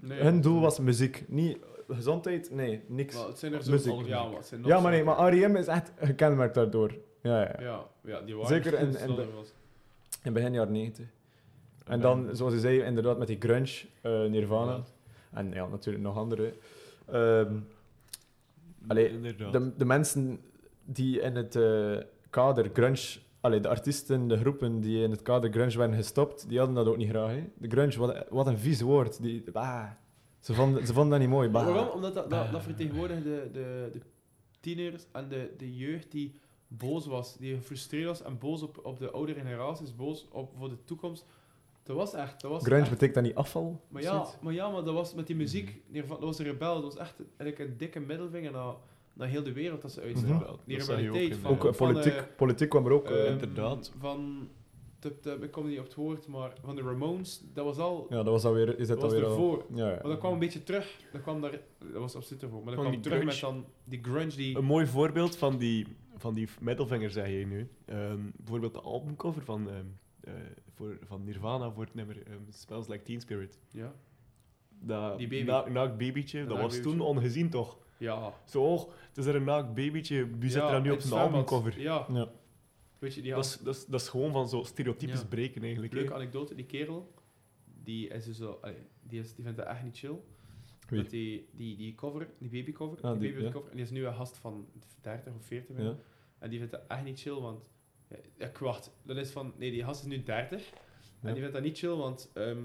S1: Nee,
S2: Hun doel was muziek, niet gezondheid, nee, niks.
S1: Maar het zijn er
S2: muziek.
S1: zo... Ja, maar het zijn nog
S2: Ja, maar nee,
S1: zo-
S2: maar R.E.M. is echt gekenmerkt daardoor. Ja, ja.
S1: Ja, ja, die waren...
S2: Zeker in- in
S1: dat
S2: de-
S1: was-
S2: In begin jaren 90. En dan, zoals je zei, inderdaad met die grunge, eh, Nirvana.
S1: Ja.
S2: En ja, natuurlijk nog andere. Ehm, Allee,
S3: inderdaad.
S2: de, de mensen die in het eh, kader grunge... Allee, de artiesten, de groepen die in het kader grunge werden gestopt, die hadden dat ook niet graag. Hè. De grunge, wat, wat een vies woord. Die, bah. Ze, vonden, ze vonden dat niet mooi. bah.
S1: Waarom? Omdat dat, dat, dat vertegenwoordigt de, de, de tieners en de, de jeugd die boos was, die gefrustreerd was en boos op, op de oudere generaties, boos op, voor de toekomst. Dat was echt... Dat was
S2: Grunge
S1: echt-
S2: betekent Mhm. dat niet afval?
S1: maar, ja, maar ja, maar dat was met die muziek, Nirvana- dat was een rebel, dat was echt eigenlijk een dikke middelvinger naar, naar heel de wereld dat ze uitzenden.
S3: Wel,
S1: Die
S3: dat zag je
S1: rivaliteit
S3: in,
S1: van-
S3: eh,
S2: Mhm. Ook eh, politiek,
S1: eh,
S2: politiek kwam er ook... eh,
S1: Ehm,
S3: inderdaad.
S1: Van, tup, tup, ik kom niet op het woord, maar van de Ramones, dat was al...
S2: ja, dat was alweer... Is
S1: dat
S2: dat
S1: was
S2: alweer al-
S1: ervoor.
S2: Ja, ja.
S1: Maar dat kwam een beetje terug. Dat kwam daar... Dat was absoluut ervoor. Maar dat
S3: Van
S1: kwam
S3: die
S1: terug met
S3: grunge.
S1: dan die grunge die...
S3: Een mooi voorbeeld van die, van die middelvinger, zei je nu. Ehm, bijvoorbeeld de albumcover van, ehm, eh, voor, van Nirvana voor het nummer ehm, Smells Like Teen Spirit.
S1: Ja.
S3: Dat
S1: Die baby.
S3: na- naakt babytje,
S1: Dat
S3: dat
S1: naakt
S3: was toen
S1: babytje.
S3: ongezien toch?
S1: Ja.
S3: Zo, oh, het is er een naakt babytje, wie zit
S1: Ja,
S3: er dan nu op
S1: het
S3: zijn
S1: zwembad.
S3: albumcover?
S1: Ja.
S2: Ja.
S1: Weet je, die
S3: Dat,
S1: had
S3: is, dat, is, dat is gewoon van zo stereotypisch
S1: Ja.
S3: breken eigenlijk.
S1: een leuke
S3: hè.
S1: anekdote. Die kerel, die is dus zo... allee, die, is, die vindt dat echt niet chill.
S2: Wie?
S1: Dat die, die, die cover, die babycover,
S2: Ah,
S1: die,
S2: die,
S1: babycover,
S2: ja.
S1: en die is nu een gast van 30 of 40
S2: Ja.
S1: En die vindt dat echt niet chill, want... Ja, Ja, kwart. Dat is van... Nee, die gast is nu 30.
S2: Ja.
S1: En die vindt dat niet chill, want... ehm,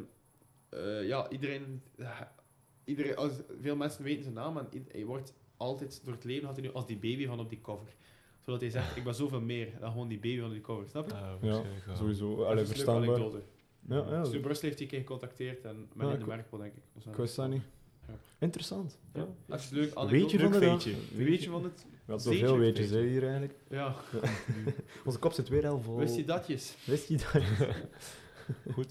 S1: eh, ja, iedereen... ja, iedereen als, veel mensen weten zijn naam en i- hij wordt altijd door het leven... Had hij nu als die baby van op die cover. Zodat hij zegt, ik ben zoveel meer dan gewoon die baby van die cover. Snap je?
S3: Ah,
S2: Ja,
S3: waarschijnlijk wel.
S2: Sowieso,
S1: Dat
S2: allee,
S1: is een leuke
S2: verstaanbaar.
S1: anekdote.
S2: Ja, ja.
S1: Dus de Brussel heeft die keer gecontacteerd en
S2: Ja,
S1: men in de
S2: ik-
S1: Merkel, denk ik. of zo.
S2: Ah, Ik wist dat niet.
S1: Ja.
S2: Interessant.
S1: Ja. Dat is leuk.
S2: Weet je
S1: anekdote.
S2: van de
S3: Leuk
S2: dag?
S3: feitje.
S1: Weet je van het?
S2: We hadden
S1: Zeetje.
S2: zoveel weetjes hè, hier eigenlijk.
S1: Ja,
S2: Onze kop zit weer al vol.
S1: wist je datjes?
S2: Wist je dat?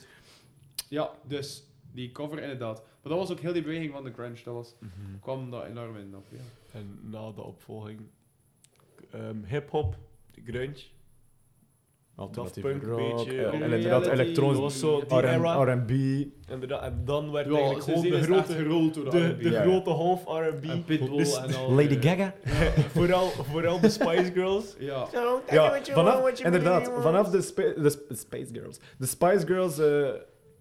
S1: Ja, dus die cover inderdaad. Maar dat was ook heel die beweging van de grunge. Dat was,
S3: Mhm.
S1: kwam daar enorm in op. Ja.
S3: En na de opvolging, ehm hip-hop, grunge.
S2: Alternatief
S3: Daft Punk,
S2: rock,
S3: beetje,
S2: eh, en
S1: reality.
S2: inderdaad
S3: Dat
S2: elektronisch.
S3: was zo die era.
S2: R&- R&B.
S3: Inderdaad, en dan werd
S1: Ja,
S3: eigenlijk
S1: ze
S3: gewoon
S1: zien
S3: de
S1: is echt
S3: grote,
S1: gerold door de,
S3: de,
S1: R&B.
S3: de
S2: Ja.
S3: grote half R&B.
S1: En Pitbull
S3: Dus
S1: en al.
S2: Lady
S1: eh,
S2: Gaga.
S3: vooral, vooral de Spice Girls.
S1: Ja.
S2: Ja, vanaf, inderdaad, vanaf de, Spa- de Sp- Spice Girls. De Spice Girls, eh,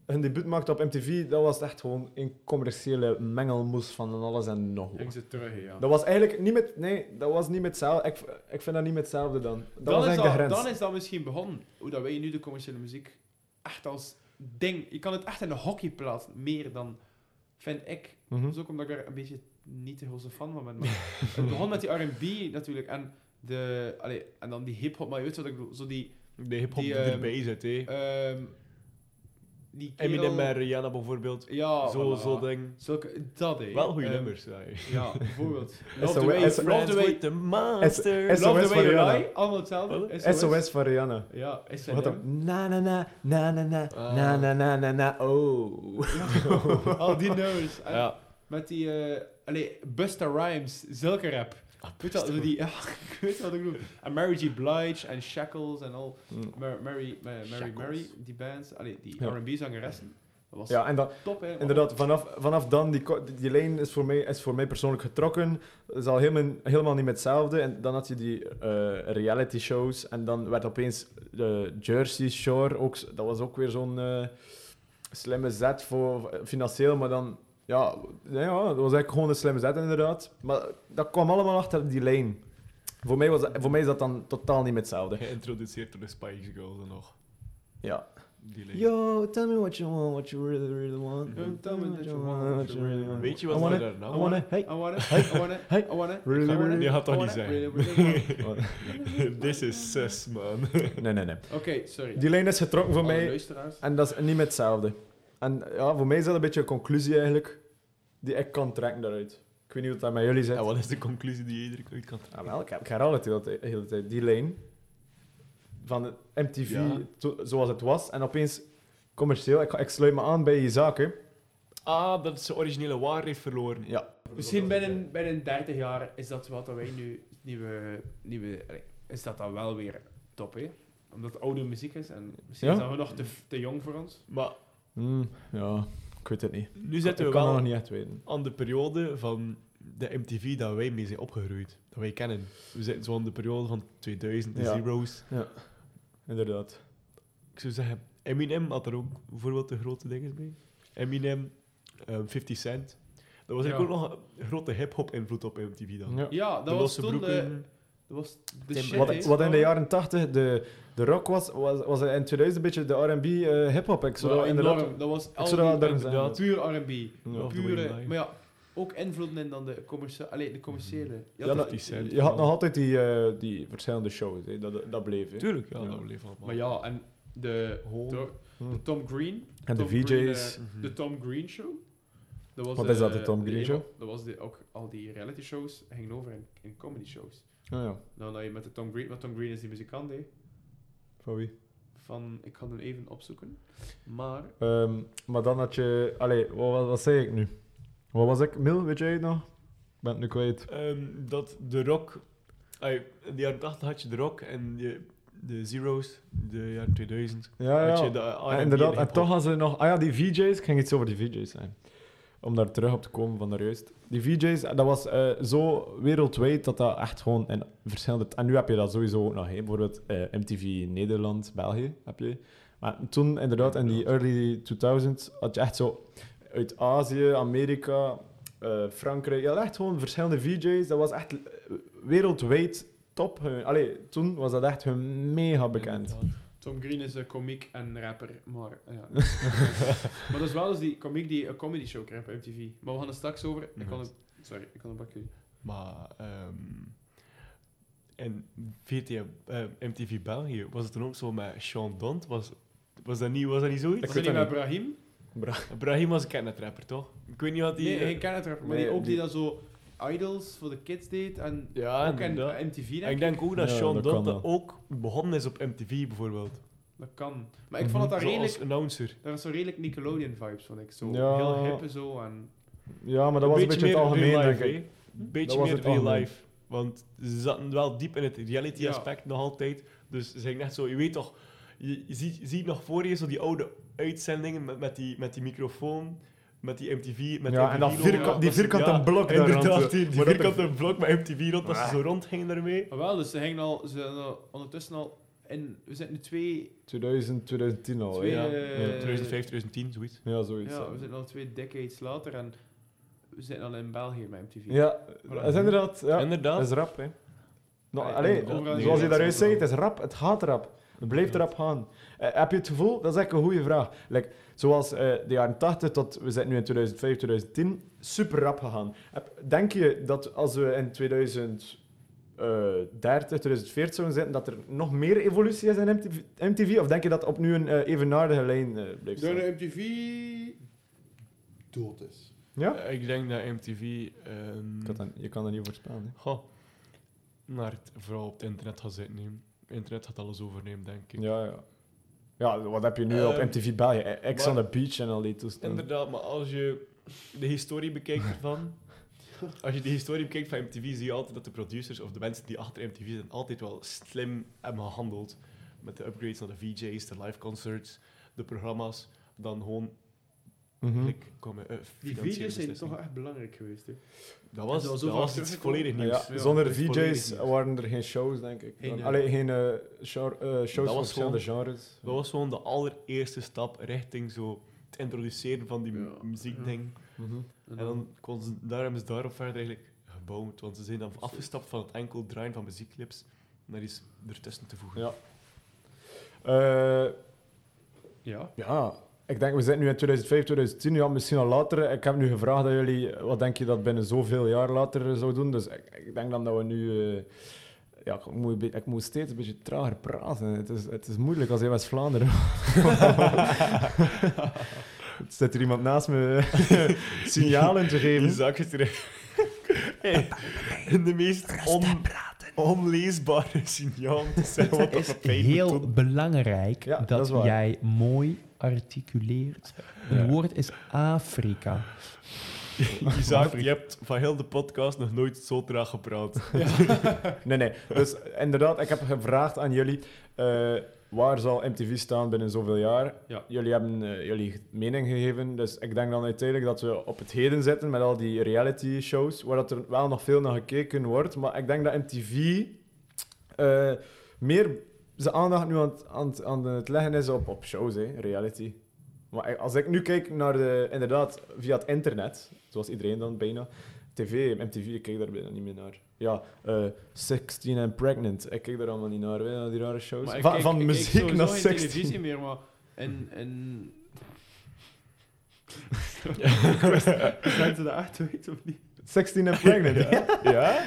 S2: hun debuut maakte op MTV, dat was echt gewoon een commerciële mengelmoes van alles en nog wat.
S1: Ik zit terug, hè, ja.
S2: Dat was eigenlijk niet met... Nee, dat was niet met hetzelfde. Ik, ik vind dat niet met hetzelfde dan. Dat
S1: Dan,
S2: was
S1: is
S2: eigenlijk de
S1: dat,
S2: grens.
S1: dan is dat misschien begonnen. Hoe dat wij nu de commerciële muziek echt als ding... Je kan het echt in de hockey plaatsen, meer dan... Vind ik.
S2: Mhm.
S1: Dat is ook omdat ik er een beetje niet de grootste fan van ben. Maar het begon met die R&B natuurlijk. En, de, allee, en dan die hip-hop. Maar je weet wat ik bedoel. Zo die...
S3: De hip-hop
S1: Die,
S3: die,
S1: ehm,
S3: erbij zit, hè.
S1: ehm die kerel-
S3: Eminem en Rihanna bijvoorbeeld.
S1: Ja,
S3: zo,
S1: voilà.
S3: zo ding.
S1: Zulke, dat hé.
S3: Wel goede
S1: Ehm,
S3: nummers, ja. hè.
S1: Ja, bijvoorbeeld.
S2: SOS
S1: Love the way,
S2: SOS
S1: love the way,
S3: with the monster.
S2: S-
S1: love
S2: SOS
S1: the way
S2: voor
S1: you
S2: Rihanna.
S1: lie. Allemaal hetzelfde.
S2: SOS van Rihanna.
S1: Ja,
S2: Wat
S1: SOS.
S2: dan? Na na na, na na na,
S1: Oh.
S3: Ah.
S2: na na na na na, oh.
S1: Al die nummers. En
S3: Ja.
S1: Met die, eh allee, Busta Rhymes, zulke rap.
S3: Ah,
S1: Weet je wat, zo die, ja, ik weet wat ik bedoel. En Mary G. Blige en Shackles en al.
S2: Mm.
S1: Mary, Mary, eh, Mary, Mary,
S3: Shackles.
S1: die bands. Allee, die
S2: Ja.
S1: R&B zangeressen. Dat was
S2: Ja, en dan,
S1: top, hè.
S2: inderdaad, vanaf, vanaf dan, die, ko- die, die lijn is voor, mij, is voor mij persoonlijk getrokken. Dat is al helemaal, helemaal niet meer hetzelfde. En dan had je die eh, reality shows en dan werd opeens de Jersey Shore, ook, s- dat was ook weer zo'n eh, slimme zet voor financieel, maar dan... Ja, ja, dat was eigenlijk gewoon een slimme zet inderdaad. Maar dat kwam allemaal achter die lijn. Voor mij, was dat- voor mij is dat dan totaal niet meer hetzelfde.
S3: Geïntroduceerd door de Spice Girls dan nog.
S2: Ja.
S3: Die lijn.
S2: Yo, tell me what you want, what you really, really want.
S1: Yo, tell me
S2: What
S1: that
S2: you
S1: you
S2: want,
S1: want,
S2: what you really want.
S3: Weet je
S2: I
S3: wat
S2: wanna-
S3: we daar nou
S2: I wanna, hey,
S1: I wanna, I wanna,
S2: Hey.
S1: I wanna.
S2: really,
S1: I wanna-
S2: really.
S3: Die gaat dat
S1: I
S3: niet
S1: wanna-
S3: zijn.
S1: really, really wanna.
S3: This is sus, man.
S2: Nee, nee, nee.
S1: Oké, sorry.
S2: Die lijn is getrokken voor
S1: Alle
S2: mij
S1: luisteraars.
S2: en dat is niet met hetzelfde. En ja, voor mij is dat een beetje een conclusie eigenlijk, die ik kan trekken daaruit. Ik weet niet wat dat met jullie zit.
S3: En wat is de conclusie die je iedere keer kan trekken?
S2: Ah, wel, ik, ik herhaal het de hele tijd- de hele tijd. Die lijn van het MTV
S3: Ja.
S2: to- zoals het was. En opeens commercieel. Ik, ik sluit me aan bij je zaken.
S3: Ah, dat is zijn originele waarde heeft verloren.
S2: Ja.
S1: Misschien binnen, binnen 30 jaar is dat wat dat wij nu nieuwe, nieuwe allee, is dat dan wel weer top, hè? Omdat het oude muziek is en misschien
S2: Ja?
S1: zijn we nog te, te jong voor ons.
S3: Maar
S2: Hmm, ja, ik weet het niet.
S3: nu zitten we
S2: ik kan het
S3: wel
S2: nog niet echt weten.
S3: aan de periode van de MTV dat wij mee zijn opgegroeid. Dat wij kennen. We zitten zo aan de periode van 2000, de
S2: Ja.
S3: Zero's.
S2: Inderdaad.
S3: Ik zou zeggen, Eminem had er ook bijvoorbeeld de grote dingen mee. Eminem, ehm, 50 Cent. Dat was eigenlijk
S1: Ja.
S3: ook nog een grote hip-hop invloed op MTV dan.
S2: Ja.
S1: Ja, dat
S3: de
S1: was
S3: losse
S1: toen de,
S3: broeken.
S1: dat was de
S3: Tim-
S1: shit,
S2: Wat,
S1: hè?
S2: wat in de jaren 80 de, de rock was, was, was in 2000 een beetje de R&B eh, hip-hop. Ik zou
S1: Ja,
S2: dat inderdaad...
S1: enorm. Dat was al
S2: zou dat wel
S1: die-
S2: durven zeggen.
S1: inderdaad, puur R&B.
S2: Ja.
S3: Of The Way You
S1: Pure,
S3: Lie.
S1: maar ja, ook invloeden in dan de, commercie, allee, de commerciële. Ja,
S2: Mhm. Ja,
S1: dat-
S2: dat-
S3: 50 Cent.
S2: je had nog altijd die, eh, die verschillende shows, hè. Dat, dat bleef. hè.
S3: Tuurlijk, ja,
S2: Ja.
S3: dat bleef allemaal.
S1: maar ja, en de, de, de Tom Green.
S2: En de
S1: Tom Green,
S2: VJ's.
S1: eh, de Tom Green Show. Dat was,
S2: Wat is dat, de
S1: eh,
S2: Tom Green
S1: emo-
S2: Show?
S1: Dat was de, ook al die reality shows gingen over in, in comedy shows.
S2: Oh ja,
S1: Nou, dat je met de Tom Green, want Tom Green is die muzikant, hè,
S2: van wie?
S1: van, ik kan hem even opzoeken. Maar,
S2: Ehm, maar dan had je. Allee, wat, wat, wat zei ik nu? Wat was ik? Mil, weet jij het nog? Ik ben het nu kwijt.
S3: Ehm, dat de rock. ai, in de jaren 80 had je de rock en de, de Zero's, de jaren 2000.
S2: Ja,
S3: Had
S2: ja.
S3: je de ah, R&B
S2: En inderdaad,
S3: en
S2: en
S3: hiphop.
S2: toch hadden ze nog. Ah ja, die VJ's. Ik ging iets over die VJ's zijn. Om daar terug op te komen van daar juist. Die VJ's, dat was eh, zo wereldwijd dat dat echt gewoon in verschillende. En nu heb je dat sowieso ook nog. hè. Bijvoorbeeld eh, MTV Nederland, België heb je. Maar toen inderdaad, in die early 2000s, had je echt zo uit Azië, Amerika, eh, Frankrijk. Je had echt gewoon verschillende VJ's. Dat was echt eh, wereldwijd top. Allee, toen was dat echt hun mega bekend.
S3: Inderdaad.
S1: Tom Green is een komiek en rapper, maar ja. maar dat is wel eens die komiek die een comedy show krijgt op MTV. Maar we gaan er straks over. Ik
S2: Mhm.
S1: kan het, sorry, ik kan het bakje.
S3: Maar. ehm, en VTM, eh, MTV België, was het toen ook zo met Sean Dont? Was, was, dat, niet, was dat niet zoiets?
S1: Was dat niet met Brahim?
S3: Brahim was een kennetrapper, toch? Ik weet niet wat die.
S1: Nee, geen kennetrapper, maar die
S2: eh, Nee,
S1: ook die
S2: die- Ah,
S1: dat zo idols voor de kids deed en
S3: Ja,
S1: ook en
S3: inderdaad.
S1: MTV denk
S3: En ik
S1: ik.
S3: denk ook dat
S2: Ja,
S3: Sean
S2: dat
S3: Dont
S2: kan
S3: dat
S2: wel.
S3: ook begonnen is op MTV bijvoorbeeld.
S1: Dat kan. Maar ik vond het daar
S3: Zo
S1: redelijk,
S3: als announcer.
S1: daar was zo redelijk Nickelodeon vibes vond ik. Zo
S2: Ja.
S1: heel hip en zo en
S2: Ja, maar dat was een beetje het algemeen, denk ik.
S3: Een beetje
S2: Dat was
S3: meer
S2: het
S3: real
S2: algemeen.
S3: life. Want ze zaten wel diep in het reality
S1: Ja.
S3: aspect nog altijd. Dus ze zijn echt zo, je weet toch, je, je ziet, je ziet nog voor je zo die oude uitzendingen met, met, die, met die microfoon, met die MTV. Met
S2: Ja,
S3: de
S2: en dat
S3: MTV
S2: vierkant-
S3: logo.
S2: die
S3: Dat ze-
S2: vierkante blok daar rond,
S3: Inderdaad,
S2: zo.
S3: die, die
S2: Maar dat er-
S3: vierkante blok met MTV rond, dat ze zo rondgingen daarmee.
S1: maar wel, dus ze gingen al, ze zijn al ondertussen al in, we zitten nu twee,
S2: 2000, 2010 al.
S1: twee
S2: hè?
S3: ja.
S1: eh,
S3: 2005, 2010, zoiets.
S2: Ja, zoiets.
S1: ja, we
S2: Ja,
S1: zitten al twee decades later en we zitten al in België met MTV.
S2: ja dat is inderdaad. Ja.
S3: Inderdaad.
S2: Dat is rap, hè. Nou,
S1: Ja,
S2: allee,
S1: inderdaad.
S2: zoals
S1: Nee,
S2: je
S1: dat
S2: daaruit
S1: is
S2: zei, het is rap, het gaat rap. Het blijft rap gaan. Eh, heb je het gevoel, dat is echt een goede vraag. Like, zoals eh, de jaren 80 tot we zitten nu in 2005, 2010, super rap gegaan. Heb- Denk je dat als we in 2030, 2040 zouden zitten, dat er nog meer evolutie is in MTV? MTV? Of denk je dat op nu een eh, evenaardige lijn eh, blijft
S1: Door de
S2: staan?
S1: MTV dood is.
S2: Ja?
S3: Eh, Ik denk dat MTV... ehm,
S2: Ik had dat- je kan dat niet voorspellen. Hè.
S3: Goh. Naar het, vooral op het internet gaat zitten. neem. Internet gaat alles overnemen, denk ik.
S2: Ja, ja. Ja, wat heb je nu op
S3: Ehm,
S2: MTV België? E- Ex
S3: maar-
S2: on the Beach en al die toestanden.
S3: Inderdaad, maar als je de historie bekijkt ervan... Als je de historie bekijkt van MTV, zie je altijd dat de producers of de mensen die achter MTV zitten altijd wel slim hebben gehandeld. Met de upgrades naar de VJ's, de live concerts, de programma's. Dan gewoon
S2: Mhm.
S3: klik komen. eh,
S1: Die
S3: financiële
S1: video's zijn
S3: beslissingen.
S1: toch echt belangrijk geweest. Hè?
S3: Dat was,
S1: Dat was
S3: dat
S1: zo vaak
S3: was iets
S1: teruggekomen.
S3: volledig nieuws.
S2: Ja,
S1: Ja.
S2: zonder eh,
S3: Dat is volledig
S2: VJ's
S3: nieuws.
S2: waren er geen shows, denk ik.
S1: Geen, eh,
S2: Alleen geen eh, show- eh, shows
S3: was
S2: van verschillende genres.
S3: Dat was gewoon de allereerste stap richting zo het introduceren van die
S1: Ja,
S3: mu- muziekding.
S2: Mhm.
S1: En
S3: En
S1: dan-
S3: dan kon ze, daar hebben ze daarop verder eigenlijk gebouwd. Want ze zijn dan afgestapt van het enkel draaien van muziekclips naar iets ertussen te voegen.
S2: Ja. Eh,
S1: ja.
S2: ja, ik denk, we zitten nu in 2005, 2010, ja, misschien al later. Ik heb nu gevraagd aan jullie, wat denk je dat binnen zoveel jaar later zou doen? Dus ik, ik denk dan dat we nu... eh, ja, ik moet, een be- ik moet steeds een beetje trager praten. Het is, het is moeilijk als je West-Vlaanderen Zit er iemand naast me signalen te
S3: Die
S2: geven?
S3: zak is er. Hey, de meest on- onleesbare signaal te zijn wat op papier moet
S1: Heel
S3: doen.
S1: belangrijk
S2: Ja,
S1: dat,
S2: dat is waar.
S1: jij mooi articuleert. Een woord is Afrika.
S3: Isaac, je hebt van heel de podcast nog nooit zo traag gepraat.
S2: Nee, nee. Dus inderdaad, ik heb gevraagd aan jullie. eh, Waar zal MTV staan binnen zoveel jaar?
S1: Ja.
S2: Jullie hebben eh, jullie mening gegeven, dus ik denk dan uiteindelijk dat we op het heden zitten met al die reality shows, waar dat er wel nog veel naar gekeken wordt. Maar ik denk dat MTV eh, meer zijn aandacht nu aan, het- aan, het- aan het leggen is op, op shows, hè, reality. Maar ik- als ik nu kijk naar de, inderdaad, via het internet, zoals iedereen dan bijna, tv, MTV, ik kijk daar bijna niet meer naar. Ja, eh 16 and Pregnant, ik kijk daar allemaal niet naar, hè, naar die rare shows.
S1: Maar ik
S2: van
S1: kijk-
S2: van
S1: ik kijk
S2: muziek
S1: sowieso
S2: naar
S1: geen
S2: 16.
S1: televisie meer, maar... En, en... Gaan ze dat echt weten of niet?
S2: 16 and Pregnant, ja.
S3: Ja?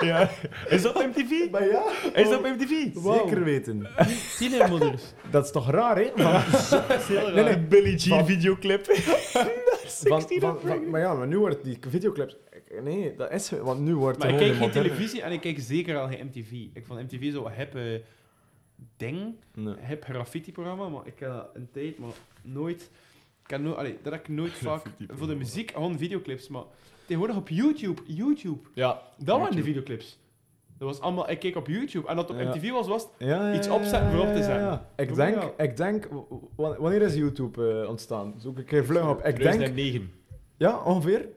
S3: ja? Is dat MTV?
S2: Maar ja,
S3: Is dat MTV?
S2: zeker weten.
S1: Tienermoeders.
S2: Dat is toch raar, hè? Van,
S1: Dat is heel
S2: nee,
S1: raar.
S2: nee,
S3: Billy Jean
S2: Van-
S3: videoclip.
S2: van, van, van- maar ja, maar nu wordt die videoclips... eh, Nee, dat is... Want nu wordt
S1: Maar ik
S2: gewoon
S1: kijk
S2: de
S1: geen
S2: moderne-
S1: televisie en ik kijk zeker al geen MTV. Ik vond MTV zo'n hippe ding.
S2: Nee.
S1: Ik heb graffiti-programma, maar ik heb dat een tijd, maar nooit. Ik heb no allee, dat heb ik nooit vaak. Voor de muziek, gewoon videoclips, maar tegenwoordig op YouTube. YouTube.
S3: Ja.
S1: Dat waren de videoclips. Dat was allemaal, ik keek op YouTube. En dat op
S2: Ja.
S1: MTV was, was het
S2: Ja, ja,
S1: Iets
S2: ja,
S1: opzetten voor
S2: ja,
S1: op te
S2: ja,
S1: zetten.
S2: ja. Ik
S1: Doe
S2: denk,
S1: maar
S2: ik denk w- w- wanneer is YouTube eh, ontstaan? Zoek een keer vlug op. Ik denk,
S3: 2009.
S2: ja, ongeveer.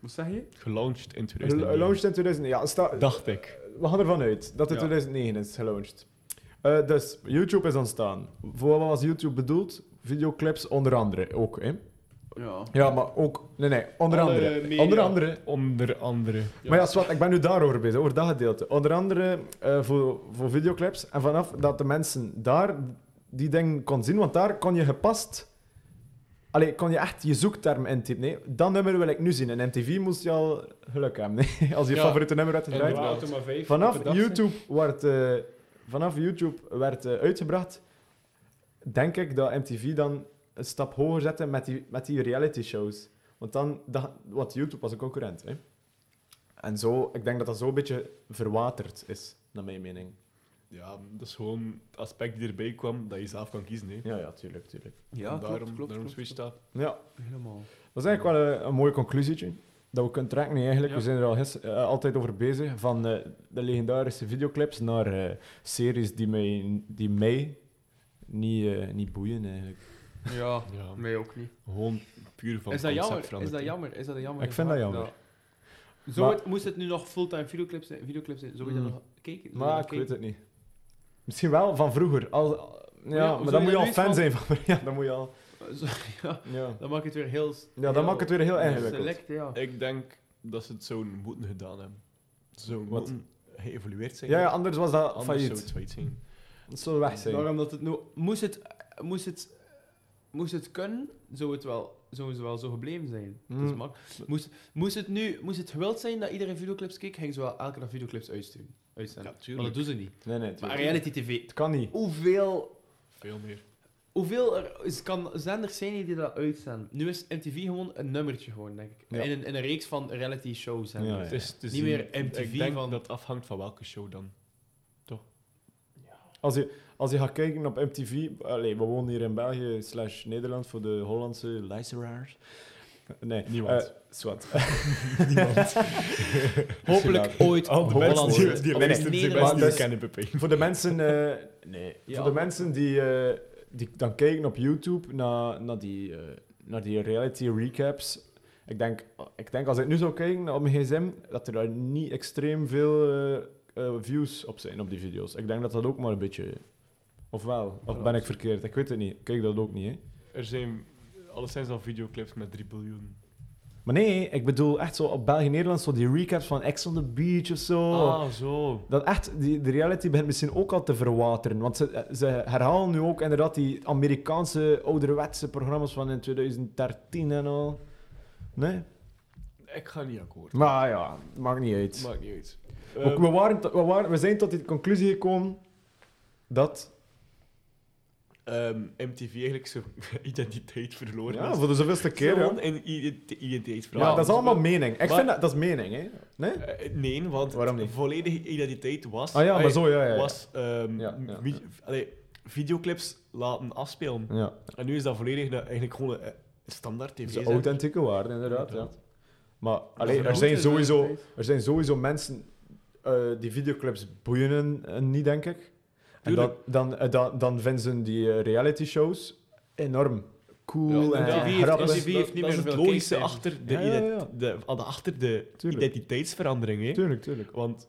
S1: Wat zeg je?
S3: Gelaunched in 2009.
S2: Launched in 2000. Ja, sta,
S3: Dacht ik.
S2: we gaan ervan uit dat het
S3: Ja.
S2: 2009 is gelaunched. Eh, dus YouTube is ontstaan. Voor wat was YouTube bedoeld? Videoclips onder andere ook. Hè?
S1: Ja.
S2: Ja, maar ook. Nee, nee, onder
S1: Alle
S2: andere.
S1: media.
S2: Onder andere.
S3: Onder andere.
S2: Maar ja, zwart, ik ben nu daarover bezig, over dat gedeelte. Onder andere eh, voor, voor videoclips. En vanaf dat de mensen daar die dingen kon zien, want daar kon je gepast... Allee, kon je echt je zoekterm intypen. Nee, dat nummer wil ik nu zien. In MTV moest je al geluk hebben, nee, als je
S1: Ja.
S2: favoriete nummer werd
S1: En
S2: gedraaid.
S1: auto maar vijf.
S2: Vanaf
S1: op de dag
S2: YouTube, werd, eh, vanaf YouTube werd eh, uitgebracht, denk ik dat MTV dan een stap hoger zette met die, met die reality shows. Want dan, dat, want YouTube was een concurrent. Hè? En zo, ik denk dat dat zo een beetje verwaterd is, naar mijn mening.
S3: Ja, dat is gewoon het aspect die erbij kwam dat je zelf kan kiezen. Hè.
S2: Ja, ja, tuurlijk, tuurlijk.
S1: zijn. Ja,
S3: En
S1: klopt,
S3: daarom,
S1: klopt, klopt,
S3: daarom
S1: klopt.
S3: switcht dat.
S2: Ja,
S1: Helemaal.
S2: dat is eigenlijk wel een, een mooie conclusietje. Dat we kunnen trekken, nee, eigenlijk. We zijn er al gis- eh, altijd over bezig. Van eh, de legendarische videoclips naar eh, series die mij, die mij niet, eh, niet boeien, eigenlijk.
S1: Ja,
S3: Ja,
S1: mij ook niet.
S3: gewoon puur van
S1: Is dat,
S3: concept
S1: jammer? is
S3: veranderd,
S1: dat
S3: hè.
S1: jammer? Is dat een jammer?
S2: Ik vind dat
S1: vraag?
S2: jammer.
S1: Ja. Zo
S2: Maar-
S1: het- moest het nu nog fulltime videoclips zijn? Videoclips zijn? Zou je dat
S2: Mm.
S1: nog kijken? Zou je
S2: Maar
S1: dat
S2: ik
S1: kijken?
S2: weet het niet. Misschien wel van vroeger. Al, al- ja,
S1: ja,
S2: maar
S1: zo je
S2: dan moet je al
S1: weet
S2: fan
S1: van-
S2: zijn van. Ja, dan moet je al.
S1: Zo- ja,
S2: Ja,
S1: dan maakt het weer heel...
S2: ja dan maakt het weer heel ingewikkeld.
S1: Select, ja.
S3: Ik denk dat ze het zo moeten gedaan hebben. Zo
S2: Wat?
S3: moeten geëvolueerd zijn.
S2: Ja, ja, anders was dat
S3: Anders zou het
S2: failliet.
S3: failliet zijn.
S2: Het zou weg zijn.
S1: Daarom dat het nu... Moest het, moest het, moest het kunnen, zou het wel, zou ze wel zo gebleven zijn.
S2: Mm.
S1: Dus mak- moest, moest het nu... Moest het gewild zijn dat iedereen videoclips keek, gingen ze wel elke dag videoclips uitsturen. Uitzenden.
S3: Ja,
S1: maar
S3: tuurlijk.
S1: dat doen ze niet.
S2: Nee, nee, tuurlijk.
S1: Maar reality tv...
S2: Het kan niet.
S1: Hoeveel
S3: Veel meer.
S1: Hoeveel er is, kan zenders zijn die dat uitzenden? Nu is MTV gewoon een nummertje, gewoon, denk ik.
S2: Ja. Hmm.
S1: In, een, in een reeks van reality shows.
S2: Ja,
S1: zenders.
S2: ja.
S3: Het is te
S1: Niet
S3: zien.
S1: meer MTV
S3: Ik denk
S1: van-
S3: dat afhangt van welke show dan.
S2: Als je, als je gaat kijken op MTV, allee, we wonen hier in België slash Nederland voor de Hollandse luisteraars. Nee,
S3: Niemand.
S2: eh, zwart.
S1: Hopelijk ooit
S2: Oh,
S3: Al de
S1: Hollandse-
S3: mensen die, die
S1: of
S3: luisteren
S1: Nederlandse-
S3: zijn mensen die
S2: Nederlanders.
S3: ze kennen, Pepe.
S2: voor de mensen, eh, nee,
S1: Ja.
S2: voor de mensen die, eh, die dan kijken op YouTube naar, naar, die, eh, naar die reality recaps. Ik denk, ik denk als ik nu zou kijken op mijn gsm, dat er daar niet extreem veel eh, eh, views op zijn op die video's. Ik denk dat dat ook maar een beetje. Of wel? Of ben ik verkeerd? Ik weet het niet. Ik kijk dat ook niet. Hè.
S3: Er zijn alleszins al videoclips met 3 biljoen.
S2: Maar nee, ik bedoel echt zo op België-Nederland, zo die recaps van Ex on the Beach of zo.
S3: Ah, zo.
S2: Dat echt, die, de reality begint misschien ook al te verwateren. Want ze, eh, ze herhalen nu ook inderdaad die Amerikaanse ouderwetse programma's van in 2013 en al. Nee?
S3: Ik ga niet akkoord.
S2: Maar ja, maakt niet uit.
S3: Maakt niet uit.
S2: Ook we, waren, tot- we, waren, we zijn tot die conclusie gekomen dat
S3: Eh, ehm, MTV eigenlijk zijn identiteit verloren
S2: Ja,
S3: was.
S2: voor de zoveelste keer. Ja.
S3: Gewoon een ide- identiteit
S2: Maar
S3: verloren.
S2: dat is allemaal mening. Ik
S3: Maar-
S2: vind dat, dat is mening, hè? Nee?
S3: Eh, nee, want
S2: Waarom niet?
S3: de volledige identiteit was...
S2: Ah ja, maar
S3: eh,
S2: zo, ja, ja, ja.
S3: Was ehm,
S2: Ja, ja,
S3: vi-
S2: ja.
S3: allee, videoclips laten afspelen.
S2: Ja.
S3: En nu is dat volledig nou, eigenlijk gewoon een, een standaard tv.
S2: Dat is
S3: zender.
S2: de authentieke waarde, inderdaad. Ja.
S3: Inderdaad.
S2: Maar allee, er,
S1: verandert
S2: zijn
S1: het
S2: sowieso,
S1: steeds.
S2: er zijn sowieso mensen eh, die videoclips boeien hen, eh, niet, denk ik. En dan, dan, eh, dan, dan vinden ze die eh, reality shows enorm cool
S1: Ja,
S2: en
S1: MTV heeft-
S2: grappig.
S1: MTV heeft niet
S3: dat
S1: meer
S3: is het
S1: zoveel
S3: logische
S1: kijkcijfers.
S3: achter de,
S2: Ja, ja, ja.
S3: ident- de- aan de- achter de
S2: Tuurlijk.
S3: identiteitsverandering. Hè?
S2: Tuurlijk, tuurlijk.
S3: Want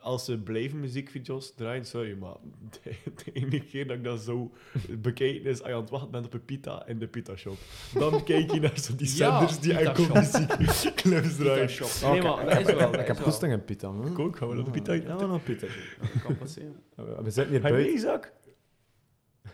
S3: als ze blijven muziekvideo's draaien, sorry, maar de, de enige keer dat ik dat zo bekeken is, als je aan het wachten bent op een pita in de pita shop. Dan kijk je naar zo die
S1: Ja,
S3: zenders die
S1: pita
S3: enkel muziekclips draaien.
S1: Shop.
S2: Ah,
S1: Nee,
S2: ik-
S1: maar
S2: ik
S1: dat
S2: heb-
S1: is wel.
S2: Ik heb goesting in Pita, man.
S3: Ik ook, gaan we naar de pita?
S2: Ja, we naar Pita.
S1: kan passeren.
S2: We we zitten hier
S3: Ga je mee,
S2: buiten.
S3: Isaac?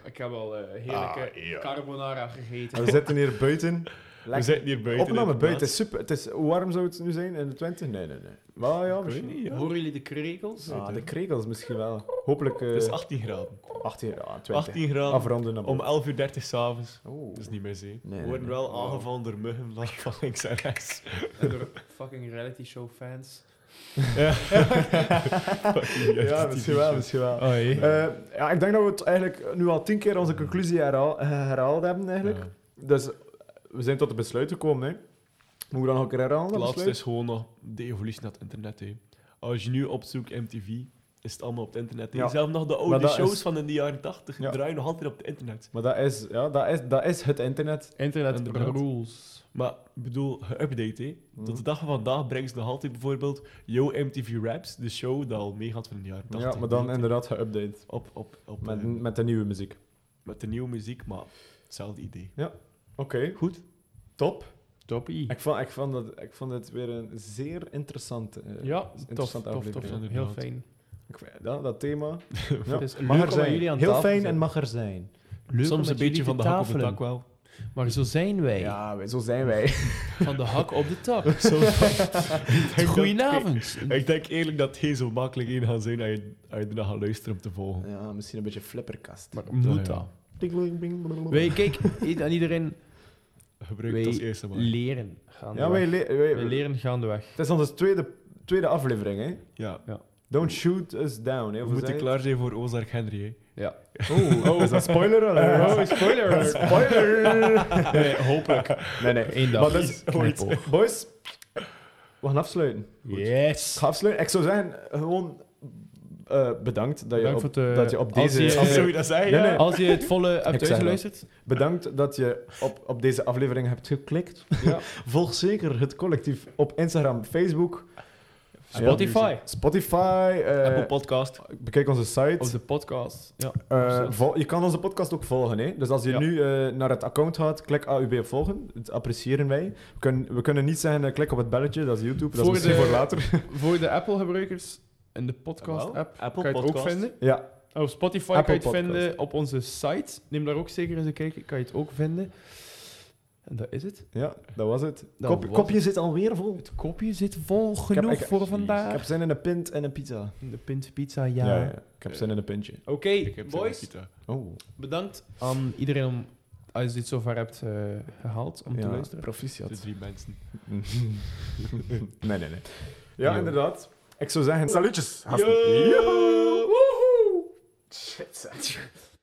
S1: Ik heb al eh, heerlijke
S2: Ah,
S1: carbonara gegeten.
S2: We zitten hier buiten.
S3: We zitten hier buiten.
S2: Opname
S3: inderdaad.
S2: buiten, super. Het is, hoe warm zou het nu zijn? In de 20? Nee, nee, nee. Maar ja,
S3: Ik weet
S2: misschien.
S3: niet, ja.
S1: Horen jullie de krekels?
S2: Ah, de krekels misschien wel. Hopelijk eh
S3: Het is 18 graden.
S2: 18, ja, 20.
S3: 18 graden
S2: Afronden Oh. naar
S3: om
S2: boven.
S3: 11.30 uur s'avonds.
S2: Oeh.
S3: Dat is niet meer zee.
S2: Ah, nee,
S3: we worden
S2: nee.
S3: wel aangevallen door muggen van- van links en rechts.
S1: En door fucking reality show fans.
S2: Ja, misschien wel, misschien wel.
S3: Oei.
S2: Oh, Eh, ja, ik denk dat we het eigenlijk nu al tien keer onze conclusie herhaal- herhaald hebben, eigenlijk.
S3: Ja.
S2: Dus we zijn tot het besluit gekomen, hè. Moet ik dat nog een keer herhalen,
S3: Het
S2: dat
S3: laatste
S2: besluit?
S3: is gewoon nog de evolutie naar het internet. Hè. Als je nu opzoekt MTV, is het allemaal op het internet. hè.
S2: Ja.
S3: Zelfs nog de
S2: Maar
S3: oude
S2: dat
S3: shows
S2: is-
S3: van in de jaren 80
S2: Ja.
S3: draaien nog altijd op het internet.
S2: Maar dat is, ja, dat, is, dat is het internet.
S5: Internet
S3: Inderdaad.
S5: rules.
S3: Maar ik bedoel, geüpdate. hè.
S2: Mhm.
S3: Tot de dag van vandaag brengt ze nog altijd bijvoorbeeld Yo MTV Raps, de show die al meegaat van in de jaren 80.
S2: Ja, maar dan inderdaad geüpdate.
S3: op, op, op, eh,
S2: Met,
S3: met,
S2: met de nieuwe muziek.
S3: de nieuwe muziek, maar hetzelfde idee.
S2: Oké,
S3: Goed.
S2: top.
S5: Toppie.
S2: Ik vond, ik, vond dat, ik vond het weer een zeer interessante, eh,
S5: Ja, tof,
S2: interessante
S5: tof, tof. Heel
S2: aflevering.
S3: inderdaad.
S5: fijn.
S2: Ik vind- ja, dat thema. Ja.
S5: Het is leuk
S2: Mag er
S5: om met
S2: zijn.
S5: jullie aan
S2: Heel
S5: tafel te
S2: fijn
S5: zijn.
S2: en mag er zijn.
S5: Leuk om
S3: Soms een
S5: met
S3: beetje
S5: jullie
S3: van
S5: te
S3: de hak op de
S5: tafelen.
S3: tak wel.
S5: Maar zo zijn wij.
S2: Ja, wij- zo zijn wij.
S5: Van de hak op de tak.
S3: Goedenavond.
S5: Goedenavond.
S3: Ik denk eerlijk dat het geen zo makkelijk in gaat zijn als je, als je ernaar gaat luisteren om te volgen.
S2: Ja, misschien een beetje flipperkast.
S5: Maar moet dat? Wij, kijk, i- aan iedereen
S3: Gebruik
S5: Wij
S3: het als eerste maar.
S5: leren gaandeweg.
S2: Ja, wij, le- wij-
S5: Wij leren gaandeweg.
S2: Het is onze tweede, tweede aflevering, hè?
S3: Ja.
S2: Don't shoot us down. Hè?
S3: We
S2: Hoe
S3: moeten
S2: zei
S3: klaar zijn voor Ozark Henry. hè.
S2: het? Oh, is dat spoiler alert?
S5: Oh, spoiler
S2: spoiler!
S5: Nee, hopelijk.
S2: Nee, nee.
S5: Eén dag.
S2: Maar dat is- Boys, we gaan afsluiten. Ik
S5: Yes.
S2: ga afsluiten. Ik zou zeggen, gewoon eh, bedankt dat je,
S5: Bedankt
S2: op,
S5: voor het, eh,
S2: dat je op
S5: als
S2: deze... eh,
S5: je-
S3: Als
S2: aflevering-
S3: zou je dat zeggen,
S2: Nee,
S3: ja.
S2: nee.
S5: Als je het volle
S2: Ik
S5: hebt
S2: zeg dat.
S5: uitgeluisterd,
S2: Bedankt dat je op, op deze aflevering hebt geklikt.
S5: Ja.
S2: Volg zeker het collectief op Instagram, Facebook,
S5: Spotify.
S2: Spotify. eh,
S3: Apple Podcast.
S2: bekijk onze site.
S5: Of de podcast. Ja.
S2: Eh, vol- je kan onze podcast ook volgen. Hè? Dus als je
S5: Ja.
S2: nu eh, naar het account gaat, klik AUB op volgen. Dat appreciëren wij. We kunnen, we kunnen niet zeggen, eh, klik op het belletje, dat is YouTube. Dat is
S5: Voor
S2: misschien
S5: de-
S2: voor later.
S5: Voor de Apple-gebruikers, in de podcast-app,
S3: Apple
S5: kan je het ook vinden.
S2: ja,
S5: Op Oh, Spotify
S2: Apple
S5: kan je het
S2: Podcast.
S5: vinden, op onze site. Neem daar ook zeker eens een kijkje, kan je het ook vinden. En dat is het.
S2: ja, dat was het.
S5: Dat
S2: Kop-
S5: was
S2: kopje zit alweer vol.
S5: Het kopje zit vol
S2: heb-
S5: genoeg
S2: ik-
S5: voor
S2: Ik
S5: vandaag.
S2: heb zin in een pint en een pizza.
S5: De pint pizza, ja. Oh.
S2: Ja, ja, ik heb zin in een pintje.
S1: Oké, boys.
S2: Oh,
S1: Bedankt.
S5: Aan iedereen om, als je dit zover hebt eh, gehaald, om te
S2: ja,
S5: luisteren.
S2: proficiat.
S3: De drie mensen.
S2: nee, nee, nee. Ja, inderdaad. Ik zou zeggen, salutjes. gasten.
S3: Yo!
S2: Joehoe!
S3: Woehoe!
S2: Shit, zet je.